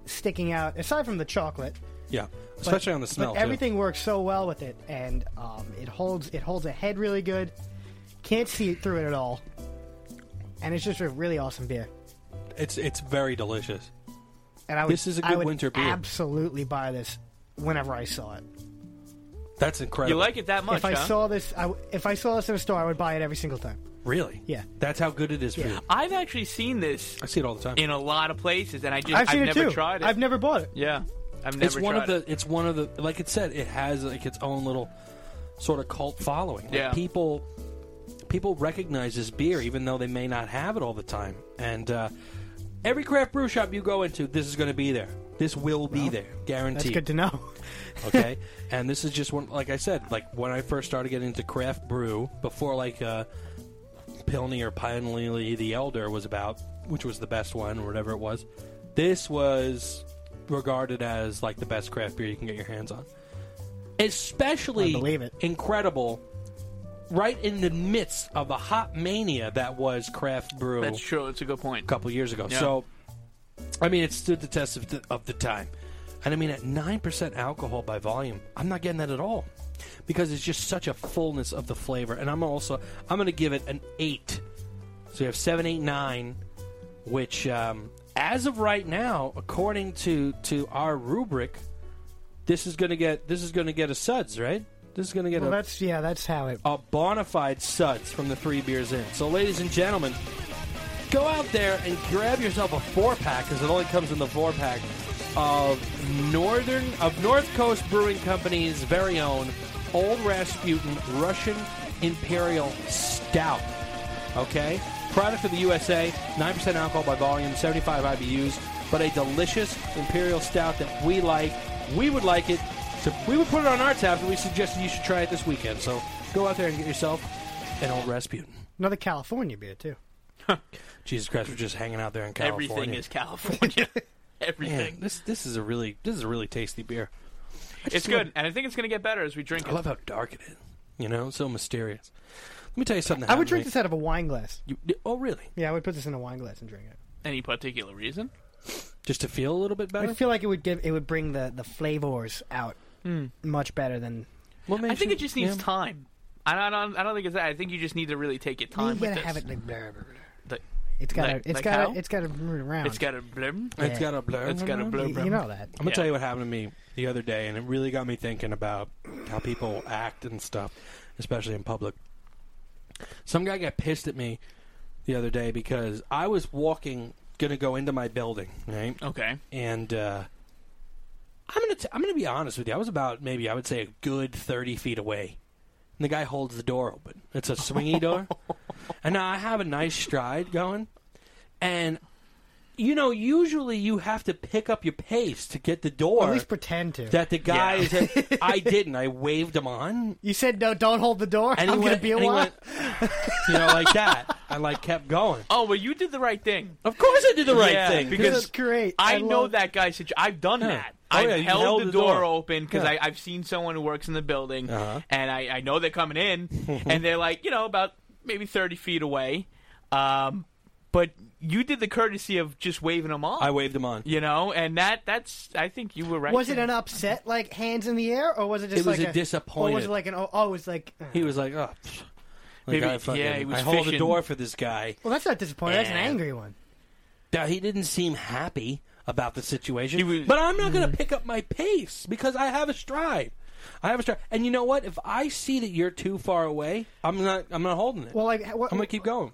[SPEAKER 2] sticking out aside from the chocolate.
[SPEAKER 1] Yeah.
[SPEAKER 2] but-
[SPEAKER 1] Especially on the smell.
[SPEAKER 2] But
[SPEAKER 1] too.
[SPEAKER 2] everything works so well with it, and um, it holds it holds a head really good. Can't see it through it at all, and it's just a really awesome beer.
[SPEAKER 1] It's it's very delicious.
[SPEAKER 2] And I would,
[SPEAKER 1] This is a
[SPEAKER 2] I
[SPEAKER 1] good
[SPEAKER 2] would
[SPEAKER 1] winter beer.
[SPEAKER 2] Absolutely buy this whenever I saw it.
[SPEAKER 1] That's
[SPEAKER 3] You
[SPEAKER 1] incredible.
[SPEAKER 3] like it that much,
[SPEAKER 2] if I
[SPEAKER 3] huh?
[SPEAKER 2] saw this, I w if I saw this in a store, I would buy it every single time.
[SPEAKER 1] Really?
[SPEAKER 2] Yeah.
[SPEAKER 1] That's how good it is for
[SPEAKER 2] Yeah.
[SPEAKER 1] you.
[SPEAKER 3] I've actually seen this
[SPEAKER 1] I see it all the time.
[SPEAKER 3] in a lot of places, and I just
[SPEAKER 2] I've seen it
[SPEAKER 3] never
[SPEAKER 2] too.
[SPEAKER 3] tried it.
[SPEAKER 2] I've never bought it.
[SPEAKER 3] yeah, I've never.
[SPEAKER 1] it's one
[SPEAKER 3] tried
[SPEAKER 1] of the.
[SPEAKER 3] it.
[SPEAKER 1] It's one of the. Like it said, it has like its own little sort of cult following. Like,
[SPEAKER 3] Yeah.
[SPEAKER 1] People. People recognize this beer, even though they may not have it all the time. And uh, every craft brew shop you go into, this is going to be there. This will be there, guaranteed.
[SPEAKER 2] That's good to know.
[SPEAKER 1] okay and this is just one like i said like when i first started getting into craft brew before like uh pilney or pine lily the elder was about which was the best one or whatever it was this was regarded as like the best craft beer you can get your hands on especially
[SPEAKER 2] I believe it.
[SPEAKER 1] incredible right in the midst of the hot mania that was craft brew
[SPEAKER 3] That's true. That's a good point.
[SPEAKER 1] couple years ago.
[SPEAKER 3] Yeah.
[SPEAKER 1] So, I mean, it stood the test of the, of the time. And I mean, at 9% alcohol by volume, I'm not getting that at all because it's just such a fullness of the flavor. And I'm also, I'm going to give it an 8. So you have 7, 8, 9, which, um, as of right now, according to, to our rubric, this is going to get this is going to get a suds, right? This is going to get
[SPEAKER 2] Well,
[SPEAKER 1] a
[SPEAKER 2] that's yeah, that's how it.
[SPEAKER 1] a bona fide suds from the three beers in. So, ladies and gentlemen, go out there and grab yourself a four pack because it only comes in the four pack of Northern of North Coast Brewing Company's very own Old Rasputin Russian Imperial Stout. Okay, product of the USA, nine percent alcohol by volume, seventy-five IBUs, but a delicious Imperial Stout that we like. We would like it. So we would put it on our tabs, and we suggested you should try it this weekend. So go out there and get yourself an Old Rasputin.
[SPEAKER 2] Another California beer too.
[SPEAKER 1] Jesus Christ, we're just hanging out there in California.
[SPEAKER 3] Everything is California.
[SPEAKER 1] Man,
[SPEAKER 3] Everything.
[SPEAKER 1] this this is a really this is a really tasty beer.
[SPEAKER 3] it's good, and I think it's going to get better as we drink
[SPEAKER 1] I
[SPEAKER 3] it.
[SPEAKER 1] love how dark it is. You know, so mysterious. Let me tell you something. That
[SPEAKER 2] I would drink
[SPEAKER 1] happened
[SPEAKER 2] this out of a wine glass.
[SPEAKER 1] to me. You- oh, really?
[SPEAKER 2] Yeah, I would put this in a wine glass and drink it.
[SPEAKER 3] Any particular reason?
[SPEAKER 1] Just to feel a little bit better.
[SPEAKER 2] I feel like it would give it would bring the the flavors out
[SPEAKER 3] Hmm.
[SPEAKER 2] much better than.
[SPEAKER 1] What
[SPEAKER 3] I
[SPEAKER 1] makes
[SPEAKER 3] think
[SPEAKER 1] you-
[SPEAKER 3] it just needs
[SPEAKER 1] yeah.
[SPEAKER 3] time. I don't, I don't. I don't think it's that. I think you just need to really take your
[SPEAKER 2] You
[SPEAKER 3] time with
[SPEAKER 2] gotta
[SPEAKER 3] this.
[SPEAKER 2] have it like. blah, blah, blah.
[SPEAKER 3] The-
[SPEAKER 2] It's got
[SPEAKER 3] Like-
[SPEAKER 2] to. It's
[SPEAKER 3] like
[SPEAKER 2] got
[SPEAKER 3] how?
[SPEAKER 2] to. It's got to root around.
[SPEAKER 3] it's got a blim.
[SPEAKER 1] It's got a blur.
[SPEAKER 3] It's got a blur.
[SPEAKER 2] You, you know that.
[SPEAKER 1] I'm gonna
[SPEAKER 3] Yeah.
[SPEAKER 1] tell you what happened to me the other day, and it really got me thinking about how people act and stuff, especially in public. Some guy got pissed at me the other day because I was walking, gonna go into my building, right?
[SPEAKER 3] Okay.
[SPEAKER 1] and uh, I'm gonna t- I'm gonna be honest with you. I was about maybe I would say a good thirty feet away, and the guy holds the door open. It's a swingy door, and now I have a nice stride going, and you know usually you have to pick up your pace to get the door.
[SPEAKER 2] At least pretend to.
[SPEAKER 1] that the guy
[SPEAKER 3] Yeah.
[SPEAKER 1] is. At, I didn't. I waved him on,
[SPEAKER 2] you said no. Don't hold the door.
[SPEAKER 1] and he
[SPEAKER 2] I'm
[SPEAKER 1] went.
[SPEAKER 2] gonna be a
[SPEAKER 1] and he
[SPEAKER 2] while.
[SPEAKER 1] went you know, like that. I like kept going.
[SPEAKER 3] Oh well, you did the right thing.
[SPEAKER 1] Of course, I did the right
[SPEAKER 3] Yeah,
[SPEAKER 1] thing
[SPEAKER 2] This
[SPEAKER 3] because-
[SPEAKER 2] is great.
[SPEAKER 3] I, know
[SPEAKER 2] love-
[SPEAKER 3] that guy. Situ- I've done
[SPEAKER 1] Yeah.
[SPEAKER 3] that.
[SPEAKER 1] Oh,
[SPEAKER 3] I've
[SPEAKER 1] yeah, you
[SPEAKER 3] held,
[SPEAKER 1] held
[SPEAKER 3] the,
[SPEAKER 1] the
[SPEAKER 3] door,
[SPEAKER 1] door.
[SPEAKER 3] open because
[SPEAKER 1] Yeah.
[SPEAKER 3] I I've seen someone who works in the building,
[SPEAKER 1] Uh-huh.
[SPEAKER 3] and I, I know they're coming in, and they're like, you know, about maybe thirty feet away. Um, but you did the courtesy of just waving them off,
[SPEAKER 1] I waved him on.
[SPEAKER 3] you know, and that that's I think you were right.
[SPEAKER 2] Was it
[SPEAKER 3] there.
[SPEAKER 2] an upset, like hands in the air, or was it just
[SPEAKER 1] It was
[SPEAKER 2] like
[SPEAKER 1] a
[SPEAKER 2] Or was
[SPEAKER 1] disappointed.
[SPEAKER 2] it like an oh, oh it was like uh,
[SPEAKER 1] He was like, oh. pfft. Like,
[SPEAKER 3] Maybe-
[SPEAKER 1] I fucking,
[SPEAKER 3] yeah, he was
[SPEAKER 1] I hold the
[SPEAKER 3] fishing.
[SPEAKER 1] door for this guy.
[SPEAKER 2] well that's not disappointed. That's an
[SPEAKER 1] Yeah.
[SPEAKER 2] angry one.
[SPEAKER 1] Now, he didn't seem happy about the situation.
[SPEAKER 3] He was-
[SPEAKER 1] but I'm not going to pick up my pace because I have a stride. I have a stride. And you know what? If I see that you're too far away, I'm not. I'm not holding it.
[SPEAKER 2] Well, like ha- what,
[SPEAKER 1] I'm going to keep going.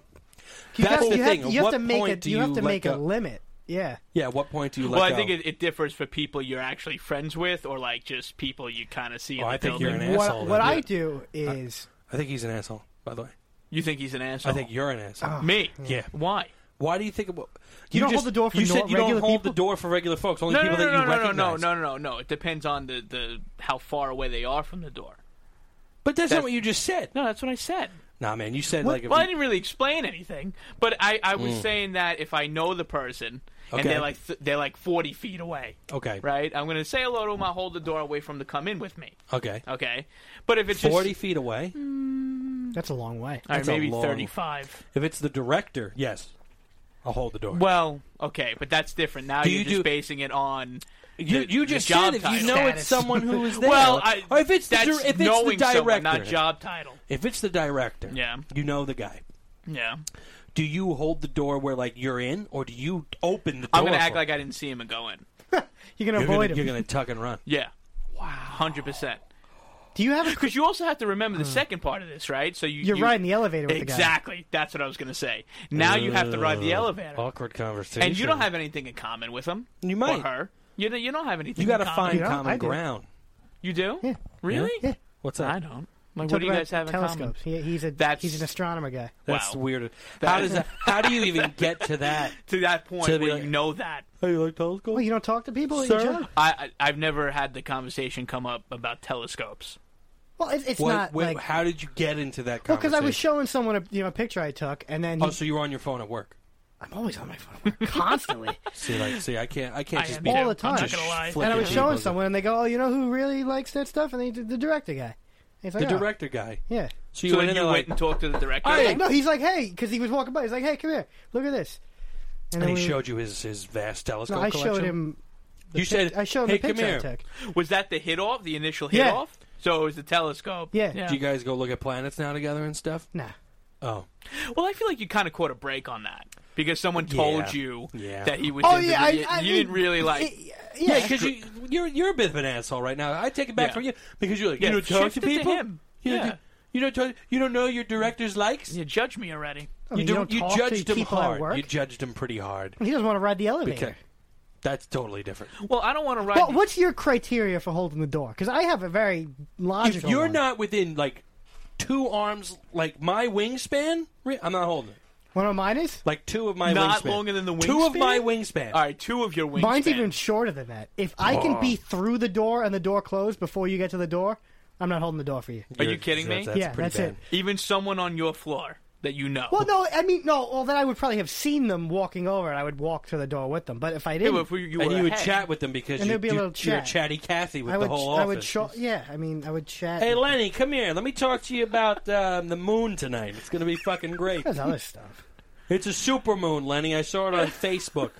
[SPEAKER 2] you
[SPEAKER 1] That's
[SPEAKER 2] have,
[SPEAKER 1] the
[SPEAKER 2] you
[SPEAKER 1] thing.
[SPEAKER 2] Have,
[SPEAKER 1] At
[SPEAKER 2] you have
[SPEAKER 1] what
[SPEAKER 2] to
[SPEAKER 1] point
[SPEAKER 2] make a
[SPEAKER 1] do
[SPEAKER 2] you have
[SPEAKER 1] you
[SPEAKER 2] to
[SPEAKER 1] let
[SPEAKER 2] make a
[SPEAKER 1] go?
[SPEAKER 2] limit. Yeah,
[SPEAKER 1] Yeah. At what point do you let
[SPEAKER 3] Well, I
[SPEAKER 1] go?
[SPEAKER 3] think it, it differs for people you're actually friends with, or like just people you kind of
[SPEAKER 1] Oh,
[SPEAKER 3] see. in the
[SPEAKER 1] I think you're
[SPEAKER 3] building.
[SPEAKER 1] an ass. asshole,
[SPEAKER 2] what what
[SPEAKER 1] then.
[SPEAKER 2] I
[SPEAKER 1] Yeah.
[SPEAKER 2] do is
[SPEAKER 1] I think he's an asshole. By the way,
[SPEAKER 3] You think he's an asshole?
[SPEAKER 1] I think you're an asshole.
[SPEAKER 3] me.
[SPEAKER 1] Yeah.
[SPEAKER 3] Why?
[SPEAKER 1] Why do you think? About,
[SPEAKER 2] Ah. You don't hold the door for
[SPEAKER 1] You
[SPEAKER 2] nor-
[SPEAKER 1] said you don't
[SPEAKER 2] regular
[SPEAKER 1] hold the
[SPEAKER 2] people?
[SPEAKER 1] door for regular folks. Only
[SPEAKER 3] No, no,
[SPEAKER 1] people
[SPEAKER 3] no,
[SPEAKER 1] that you
[SPEAKER 3] no, no, no,
[SPEAKER 1] recognize.
[SPEAKER 3] no, no, no, no. It depends on the, the how far away they are from the door.
[SPEAKER 1] But that's,
[SPEAKER 3] That's-
[SPEAKER 1] not what you just said.
[SPEAKER 3] No, that's what I said.
[SPEAKER 1] Nah, man. You said like if
[SPEAKER 3] Well, I
[SPEAKER 1] you-
[SPEAKER 3] didn't really explain anything, but I, I was saying that if I know the person
[SPEAKER 1] Hmm. Okay.
[SPEAKER 3] and they're like th- they're like forty feet away,
[SPEAKER 1] okay,
[SPEAKER 3] right? I'm gonna say hello to them. I hold the door away from them to come in with me.
[SPEAKER 1] okay,
[SPEAKER 3] Okay, but if it's just-
[SPEAKER 1] forty feet away.
[SPEAKER 2] that's a long way.
[SPEAKER 3] all right,
[SPEAKER 1] that's a
[SPEAKER 3] maybe
[SPEAKER 1] long-
[SPEAKER 3] thirty-five.
[SPEAKER 1] If it's the director, yes, I'll hold the door.
[SPEAKER 3] Well, okay, but that's different. Now
[SPEAKER 1] Do
[SPEAKER 3] you're
[SPEAKER 1] you
[SPEAKER 3] just
[SPEAKER 1] do-
[SPEAKER 3] basing it on
[SPEAKER 1] you,
[SPEAKER 3] the-
[SPEAKER 1] you
[SPEAKER 3] the
[SPEAKER 1] just
[SPEAKER 3] job
[SPEAKER 1] said if
[SPEAKER 3] title.
[SPEAKER 1] you know it's
[SPEAKER 2] Status.
[SPEAKER 1] someone who is there.
[SPEAKER 3] Well, I,
[SPEAKER 1] or if it's the,
[SPEAKER 3] that's
[SPEAKER 1] dir- if it's the
[SPEAKER 3] knowing
[SPEAKER 1] director,
[SPEAKER 3] someone, not job title.
[SPEAKER 1] if it's the director,
[SPEAKER 3] Yeah.
[SPEAKER 1] you know the guy.
[SPEAKER 3] Yeah.
[SPEAKER 1] do you hold the door where like you're in, or do you open the door?
[SPEAKER 3] I'm gonna act
[SPEAKER 1] for
[SPEAKER 3] like I didn't see him and go in.
[SPEAKER 2] You're gonna
[SPEAKER 1] you're
[SPEAKER 2] avoid
[SPEAKER 1] gonna,
[SPEAKER 2] him.
[SPEAKER 1] you're gonna tuck and run.
[SPEAKER 3] Yeah. Wow. Hundred percent.
[SPEAKER 2] Do you have a?
[SPEAKER 3] Because you also have to remember the second part of this, right? So you
[SPEAKER 2] Hmm. You're
[SPEAKER 3] you-
[SPEAKER 2] riding the elevator with the guy.
[SPEAKER 3] Exactly. That's what I was gonna say. Now you have to ride the elevator,
[SPEAKER 1] Awkward conversation.
[SPEAKER 3] and you don't have anything in common with him.
[SPEAKER 1] You might.
[SPEAKER 3] or her. You don't- you don't have anything.
[SPEAKER 1] You got to
[SPEAKER 3] in common.
[SPEAKER 1] find
[SPEAKER 2] You know,
[SPEAKER 1] common
[SPEAKER 2] I do.
[SPEAKER 1] ground.
[SPEAKER 3] You do?
[SPEAKER 2] Yeah.
[SPEAKER 3] Really?
[SPEAKER 2] Yeah.
[SPEAKER 1] What's that?
[SPEAKER 3] I don't. Like,
[SPEAKER 2] Talk
[SPEAKER 3] what do you
[SPEAKER 2] about
[SPEAKER 3] guys have in common?
[SPEAKER 2] telescopes. He, he's a
[SPEAKER 3] That's-
[SPEAKER 2] he's an astronomer guy.
[SPEAKER 1] That's
[SPEAKER 3] Wow.
[SPEAKER 1] weird. how
[SPEAKER 3] That-
[SPEAKER 1] does that? How do you even get to that?
[SPEAKER 3] To that point
[SPEAKER 1] To be
[SPEAKER 3] where
[SPEAKER 1] like-
[SPEAKER 3] you know that.
[SPEAKER 1] Hey, you like telescope?
[SPEAKER 2] Well, you don't talk to people,
[SPEAKER 1] Sir?
[SPEAKER 2] You joke.
[SPEAKER 3] I, I I've never had the conversation come up about telescopes.
[SPEAKER 2] Well, it, it's
[SPEAKER 1] Wait,
[SPEAKER 2] not
[SPEAKER 1] wait,
[SPEAKER 2] like
[SPEAKER 1] how did you get into that?
[SPEAKER 2] well,
[SPEAKER 1] because
[SPEAKER 2] I was showing someone a you know a picture I took, and then he,
[SPEAKER 1] Oh, so you were on your phone at work.
[SPEAKER 2] I'm always on my phone constantly,
[SPEAKER 1] See, like, see, I can't, I can't
[SPEAKER 3] I
[SPEAKER 1] just
[SPEAKER 3] am
[SPEAKER 1] be
[SPEAKER 3] too.
[SPEAKER 2] all the
[SPEAKER 3] I'm
[SPEAKER 2] time.
[SPEAKER 3] not gonna lie.
[SPEAKER 1] Flick
[SPEAKER 2] and I
[SPEAKER 1] it
[SPEAKER 2] was
[SPEAKER 1] to
[SPEAKER 2] showing
[SPEAKER 1] people.
[SPEAKER 2] someone, and they go, "Oh, you know who really likes that stuff?" And they the director guy. And he's like,
[SPEAKER 1] the
[SPEAKER 2] "Oh,
[SPEAKER 1] director guy.
[SPEAKER 2] Yeah.
[SPEAKER 1] So you
[SPEAKER 3] So
[SPEAKER 1] went
[SPEAKER 3] you
[SPEAKER 1] in there
[SPEAKER 3] went
[SPEAKER 1] like,
[SPEAKER 3] and talked to the director.
[SPEAKER 1] Hey!
[SPEAKER 2] No, he's like, "Hey," because he was walking by. He's like, "Hey, come here. Look at this."
[SPEAKER 1] and
[SPEAKER 2] then
[SPEAKER 1] he
[SPEAKER 2] we-
[SPEAKER 1] showed you his his vast telescope
[SPEAKER 2] No, I
[SPEAKER 1] collection.
[SPEAKER 2] showed him.
[SPEAKER 1] You said,
[SPEAKER 2] I showed him
[SPEAKER 1] "Hey,
[SPEAKER 2] the
[SPEAKER 1] come
[SPEAKER 2] picture
[SPEAKER 1] here.
[SPEAKER 2] I took.
[SPEAKER 3] Was that the hit off? The initial hit
[SPEAKER 2] Yeah.
[SPEAKER 3] off? So it was the telescope.
[SPEAKER 2] Yeah.
[SPEAKER 1] Do you guys go look at planets now together and stuff?"
[SPEAKER 2] Nah.
[SPEAKER 1] Oh,
[SPEAKER 3] Well, I feel like you kind of caught a break on that because someone told
[SPEAKER 1] Yeah.
[SPEAKER 3] you
[SPEAKER 1] Yeah.
[SPEAKER 3] that he was.
[SPEAKER 2] Oh
[SPEAKER 3] into
[SPEAKER 2] yeah,
[SPEAKER 3] the-
[SPEAKER 2] I, I
[SPEAKER 3] you
[SPEAKER 2] mean,
[SPEAKER 3] didn't really like.
[SPEAKER 2] it-
[SPEAKER 1] yeah,
[SPEAKER 2] yeah,
[SPEAKER 1] because you you're you're a bit of an asshole right now. I take it back
[SPEAKER 3] Yeah.
[SPEAKER 1] from you because you're like,
[SPEAKER 3] Yeah,
[SPEAKER 1] you don't talk
[SPEAKER 3] shift
[SPEAKER 1] to
[SPEAKER 3] it to
[SPEAKER 1] people.
[SPEAKER 3] him.
[SPEAKER 1] You don't
[SPEAKER 3] Yeah.
[SPEAKER 1] do- you don't talk, you don't know your director's likes.
[SPEAKER 3] you judge me already.
[SPEAKER 2] I mean,
[SPEAKER 1] do-
[SPEAKER 2] don't talk to
[SPEAKER 1] judged him
[SPEAKER 2] people at
[SPEAKER 1] hard.
[SPEAKER 2] work.
[SPEAKER 1] You judged him pretty hard.
[SPEAKER 2] He doesn't want to ride the elevator.
[SPEAKER 1] Okay. That's totally different.
[SPEAKER 3] Well, I don't want to ride.
[SPEAKER 2] Well, what's your criteria for holding the door? Because I have a very
[SPEAKER 1] If
[SPEAKER 2] logical.
[SPEAKER 1] you're
[SPEAKER 2] one.
[SPEAKER 1] not within like two arms, like my wingspan, re- I'm not holding it.
[SPEAKER 2] one of mine is.
[SPEAKER 1] Like two of my
[SPEAKER 3] Not
[SPEAKER 1] wingspan.
[SPEAKER 3] longer than the
[SPEAKER 1] Two of
[SPEAKER 3] wingspan?
[SPEAKER 1] my wingspan.
[SPEAKER 3] All right, two of your wings.
[SPEAKER 2] Mine's even shorter than that. If I can be
[SPEAKER 1] Oh.
[SPEAKER 2] through the door and the door closed before you get to the door, I'm not holding the door for you.
[SPEAKER 3] Are you kidding me?
[SPEAKER 1] That's
[SPEAKER 2] Yeah,
[SPEAKER 1] pretty
[SPEAKER 2] that's
[SPEAKER 1] bad.
[SPEAKER 2] it.
[SPEAKER 3] even someone on your floor that you know.
[SPEAKER 2] Well, no, I mean, no. Well, then I would probably have seen them walking over, and I would walk to the door with them. But if I
[SPEAKER 3] Yeah,
[SPEAKER 2] didn't,
[SPEAKER 3] but if we- you
[SPEAKER 1] and
[SPEAKER 3] were
[SPEAKER 1] you would
[SPEAKER 3] ahead.
[SPEAKER 1] chat with them because
[SPEAKER 2] And
[SPEAKER 1] you,
[SPEAKER 2] there'd be a
[SPEAKER 1] you,
[SPEAKER 2] little
[SPEAKER 1] you're
[SPEAKER 2] chat.
[SPEAKER 1] chatty Cathy with
[SPEAKER 2] I would,
[SPEAKER 1] the whole
[SPEAKER 2] I
[SPEAKER 1] office.
[SPEAKER 2] would, show, yeah. I mean, I would chat.
[SPEAKER 1] Hey
[SPEAKER 2] and-
[SPEAKER 1] Lenny, come here. Let me talk to you about um, the moon tonight. It's going to be fucking great.
[SPEAKER 2] there's other stuff.
[SPEAKER 1] It's a super moon, Lenny. I saw it on Facebook.